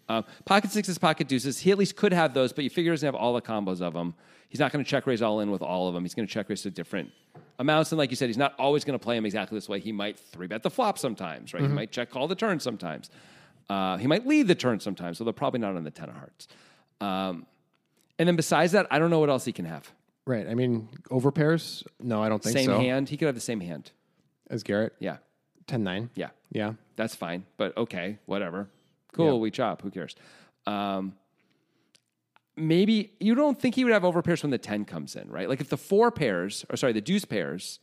Um, pocket sixes, pocket deuces. He at least could have those, but you figure he doesn't have all the combos of them. He's not going to check raise all in with all of them. He's going to check raise to different amounts, and like you said, he's not always going to play him exactly this way. He might three bet the flop sometimes, Mm-hmm. right? He might check call the turn sometimes. Uh, he might lead the turn sometimes, so they're probably not on the ten of hearts. Um, and then besides that, I don't know what else he can have. Right. I mean, over pairs? No, I don't think Same so. hand, he could have the same hand. As Garrett? Yeah, 10 9. yeah. Yeah. that's fine, but okay, whatever. Cool, we chop. Who cares? Um, maybe you don't think he would have over pairs when the 10 comes in, right? Like if the four pairs, or sorry, the deuce pairs,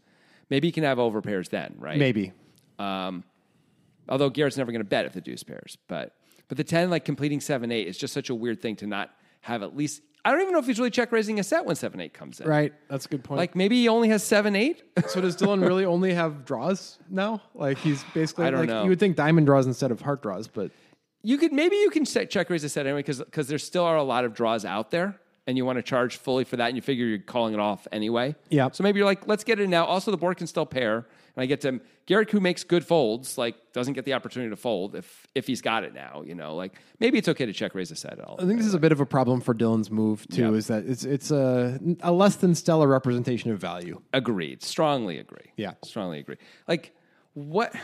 maybe he can have over pairs then, right? Maybe. Although Garrett's never going to bet if the deuce pairs, but but the 10, like completing 7 8, is just such a weird thing to not have at least. I don't even know if he's really check raising a set when 7 8 comes in. Right. That's a good point. Like maybe he only has 7 8. so does Dylan really only have draws now? Like he's basically I don't like know. you would think diamond draws instead of heart draws, but you could maybe you can set, check raise a set anyway because there still are a lot of draws out there and you want to charge fully for that and you figure you're calling it off anyway Yeah. so maybe you're like let's get it now also the board can still pair and i get to garrett who makes good folds like doesn't get the opportunity to fold if if he's got it now you know like maybe it's okay to check raise a set at all I think this is a bit of a problem for Dylan's move too, Yeah. is that it's it's a, a less than stellar representation of value. Agreed. Strongly agree. Yeah. Strongly agree. Like, what?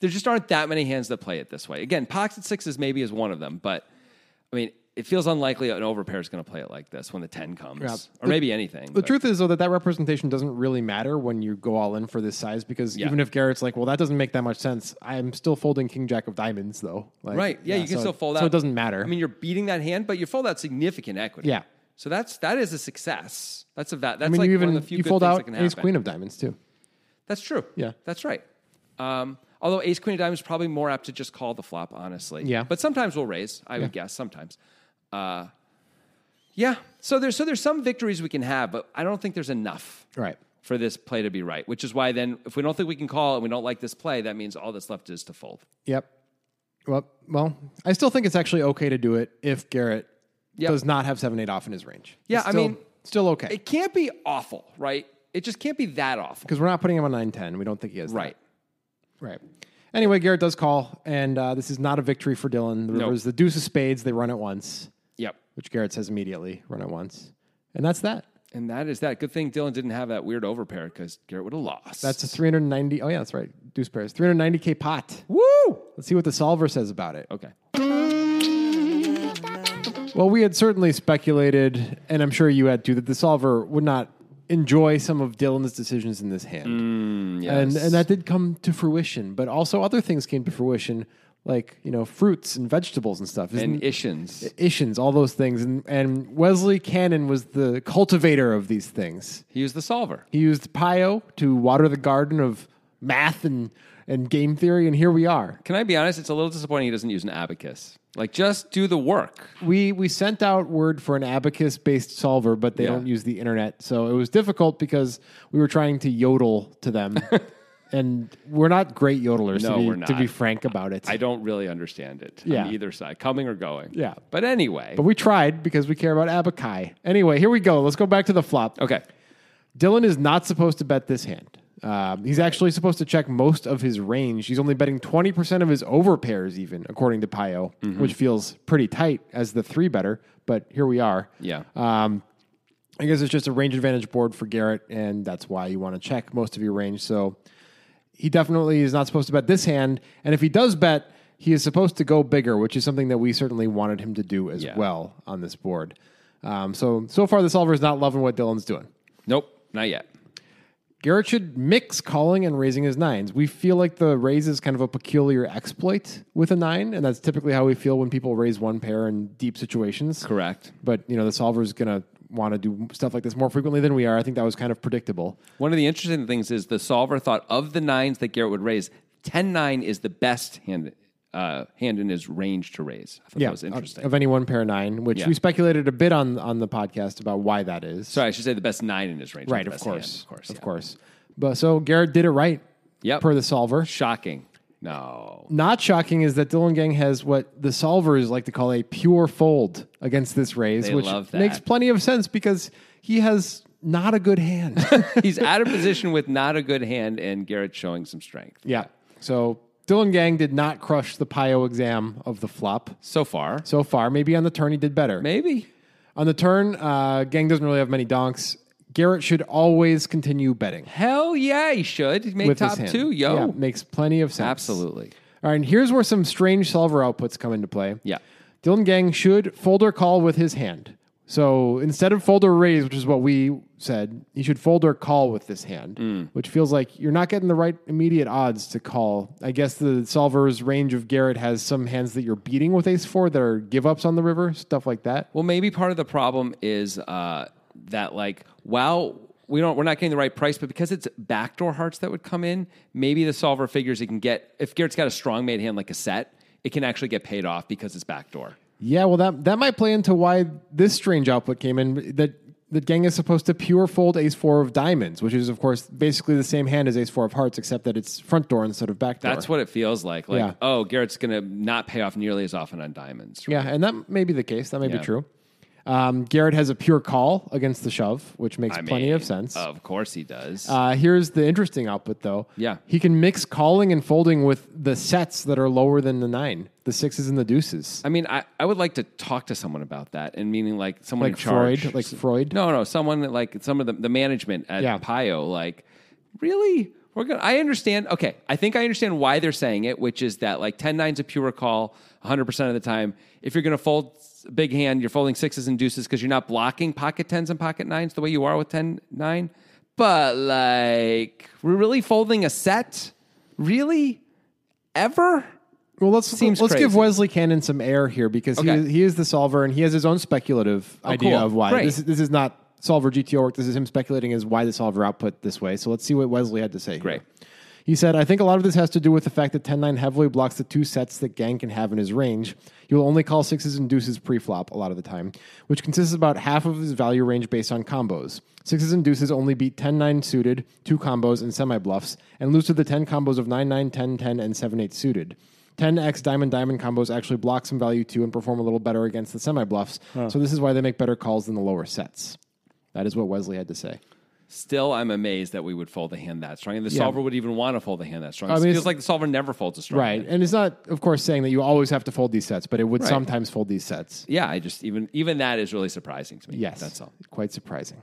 There just aren't that many hands that play it this way. Again, pocket sixes maybe is one of them, but I mean, it feels unlikely an overpair is going to play it like this when the 10 comes, Yeah. or maybe anything. The truth is though that that representation doesn't really matter when you go all in for this size because Yeah. even if Garrett's like, well, that doesn't make that much sense. I'm still folding king jack of diamonds though. Like, Right. Yeah, you can so- still fold out. So it doesn't matter. I mean, you're beating that hand, but you fold out significant equity. Yeah. So that's that is a success. That's a va- that's I mean, like you one even of the few you good fold things out that can happen. ace queen of diamonds too. That's true. Yeah. That's right. Um, although ace queen of diamonds is probably more apt to just call the flop, honestly. Yeah. But sometimes we'll raise, I would guess, sometimes. Uh, yeah. So there's so there's some victories we can have, but I don't think there's enough Right. for this play to be right, which is why then if we don't think we can call and we don't like this play, that means all that's left is to fold. Yep. Well, well, I still think it's actually okay to do it if Garrett Yep. does not have seven eight off in his range. Yeah, It's I still- mean- still okay It can't be awful, right? It just can't be that awful. because we're not putting him on nine ten. We don't think he has that. Right. Right. Anyway, Garrett does call, and uh, this is not a victory for Dylan. The river Nope. is the deuce of spades. They run it once, Yep. which Garrett says immediately. Run it once, and that's that. And that is that. Good thing Dylan didn't have that weird overpair because Garrett would have lost. That's a three hundred ninety. Oh yeah, that's right. Deuce pairs, three hundred ninety k pot. woo. Let's see what the solver says about it. Okay. Well, we had certainly speculated, and I'm sure you had too, that the solver would not enjoy some of Dylan's decisions in this hand. And and that did come to fruition, but also other things came to fruition, like, you know, fruits and vegetables and stuff. And Isn't Ishins. Ishins, all those things. And and Wesley Cannon was the cultivator of these things. He was the solver. He used Pio to water the garden of math and and game theory, and here we are. Can I be honest? It's a little disappointing he doesn't use an abacus. Like, just do the work. We we sent out word for an abacus based solver, but they Yeah. don't use the internet, so it was difficult because we were trying to yodel to them, and we're not great yodelers. No, to, be, we're to not. be frank about it. I don't really understand it Yeah. on either side, coming or going. Yeah. But anyway. but we tried because we care about Abakai. Anyway, here we go. Let's go back to the flop. okay. Dylan is not supposed to bet this hand. Um, he's actually supposed to check most of his range. He's only betting 20% of his over pairs, even according to Pio, Mm-hmm. which feels pretty tight as the three better. But here we are. Yeah. Um, I guess it's just a range advantage board for Garrett, and that's why you want to check most of your range. So he definitely is not supposed to bet this hand. And if he does bet, he is supposed to go bigger, which is something that we certainly wanted him to do as Yeah. well on this board. Um, so, so far, the solver is not loving what Dylan's doing. nope. Not yet. Garrett should mix calling and raising his nines. We feel like the raise is kind of a peculiar exploit with a nine, and that's typically how we feel when people raise one pair in deep situations. Correct. But you know, the solver is gonna want to do stuff like this more frequently than we are. I think that was kind of predictable. One of the interesting things is the solver thought of the nines that Garrett would raise, 10 9 is the best hand, uh, hand in his range to raise. I thought that was of- interesting. Of any one pair nine, which Yeah. we speculated a bit on on the podcast about why that is. Sorry, I should say the best nine in his range. not right, the of best hand, course, of course. of yeah. course. But so Garrett did it right. Yep. Per the solver. Shocking. No. not shocking is that Dylan Gang has what the solvers like to call a pure fold against this raise, They which love that. makes plenty of sense because he has not a good hand. He's out of position with not a good hand and Garrett showing some strength. yeah. So Dylan Gang did not crush the Pio exam of the flop So far, so far. Maybe on the turn he did better. maybe. On the turn, uh, Gang doesn't really have many donks. Garrett should always continue betting Hell yeah, he should. He Made with top his hand. two, yo. Yeah, makes plenty of sense. Absolutely. All right, and here's where some strange solver outputs come into play. Yeah. Dylan Gang should fold or call with his hand. So instead of fold or raise, which is what we said, he should fold or call with this hand, Mm. which feels like you're not getting the right immediate odds to call. I guess the solver's range of Garrett has some hands that you're beating with ace four that are give ups on the river, stuff like that. Well, maybe part of the problem is uh, that like wow, we don't we're not getting the right price, but because it's backdoor hearts that would come in, maybe the solver figures it can get if Garrett's got a strong made hand like a set, it can actually get paid off because it's backdoor. Yeah, well, that that might play into why this strange output came in. That that gang is supposed to pure fold Ace Four of Diamonds, which is of course basically the same hand as Ace Four of Hearts, except that it's front door instead of back door. That's what it feels like. Like Yeah. oh, Garrett's gonna not pay off nearly as often on diamonds. Yeah, and that may be the case. That may Yeah. be true. Um, Garrett has a pure call against the shove, which makes I plenty mean, of sense. Of course he does. Uh, here's the interesting output, though. Yeah. He can mix calling and folding with the sets that are lower than the nine, the sixes and the deuces. I mean, I, I would like to talk to someone about that, and meaning like someone in Like charge, Freud, like Freud? No, no, someone that like some of the, the management at Yeah. Pio. Like, really, we're gonna. I understand. Okay, I think I understand why they're saying it, which is that like 10 9's a pure call 100 percent of the time. If you're gonna fold s- big hand, you're folding sixes and deuces because you're not blocking pocket tens and pocket nines the way you are with 10 9. But like, we're really folding a set, really, ever. Well, let's Seems let's give crazy. Wesley Cannon some air here because Okay. Oh, he, is, he is the solver and he has his own speculative idea cool. of why Great. this is- this is not solver GTO work. This is him speculating as why the solver output this way. So let's see what Wesley had to say. here. Great. He said, I think a lot of this has to do with the fact that 10 9 heavily blocks the two sets that Gang can have in his range. He will only call sixes and deuces pre flop a lot of the time, which consists of about half of his value range based on combos. Sixes and deuces only beat 10 9 suited, two combos, and semi bluffs, and lose to the 10 combos of 9 9, 10 10, and 7 8 suited. 10x diamond diamond combos actually block some value too and perform a little better against the semi bluffs. So this is why they make better calls than the lower sets. That is what Wesley had to say. Still, I'm amazed that we would fold a hand that strong, and the solver would even want to fold a hand that strong. I mean, it feels it's- like the solver never folds a strong. Right. hand. And it's not, of course, saying that you always have to fold these sets, but it would Right. sometimes fold these sets. Yeah, I just even even that is really surprising to me. Yes. that's all. Quite surprising.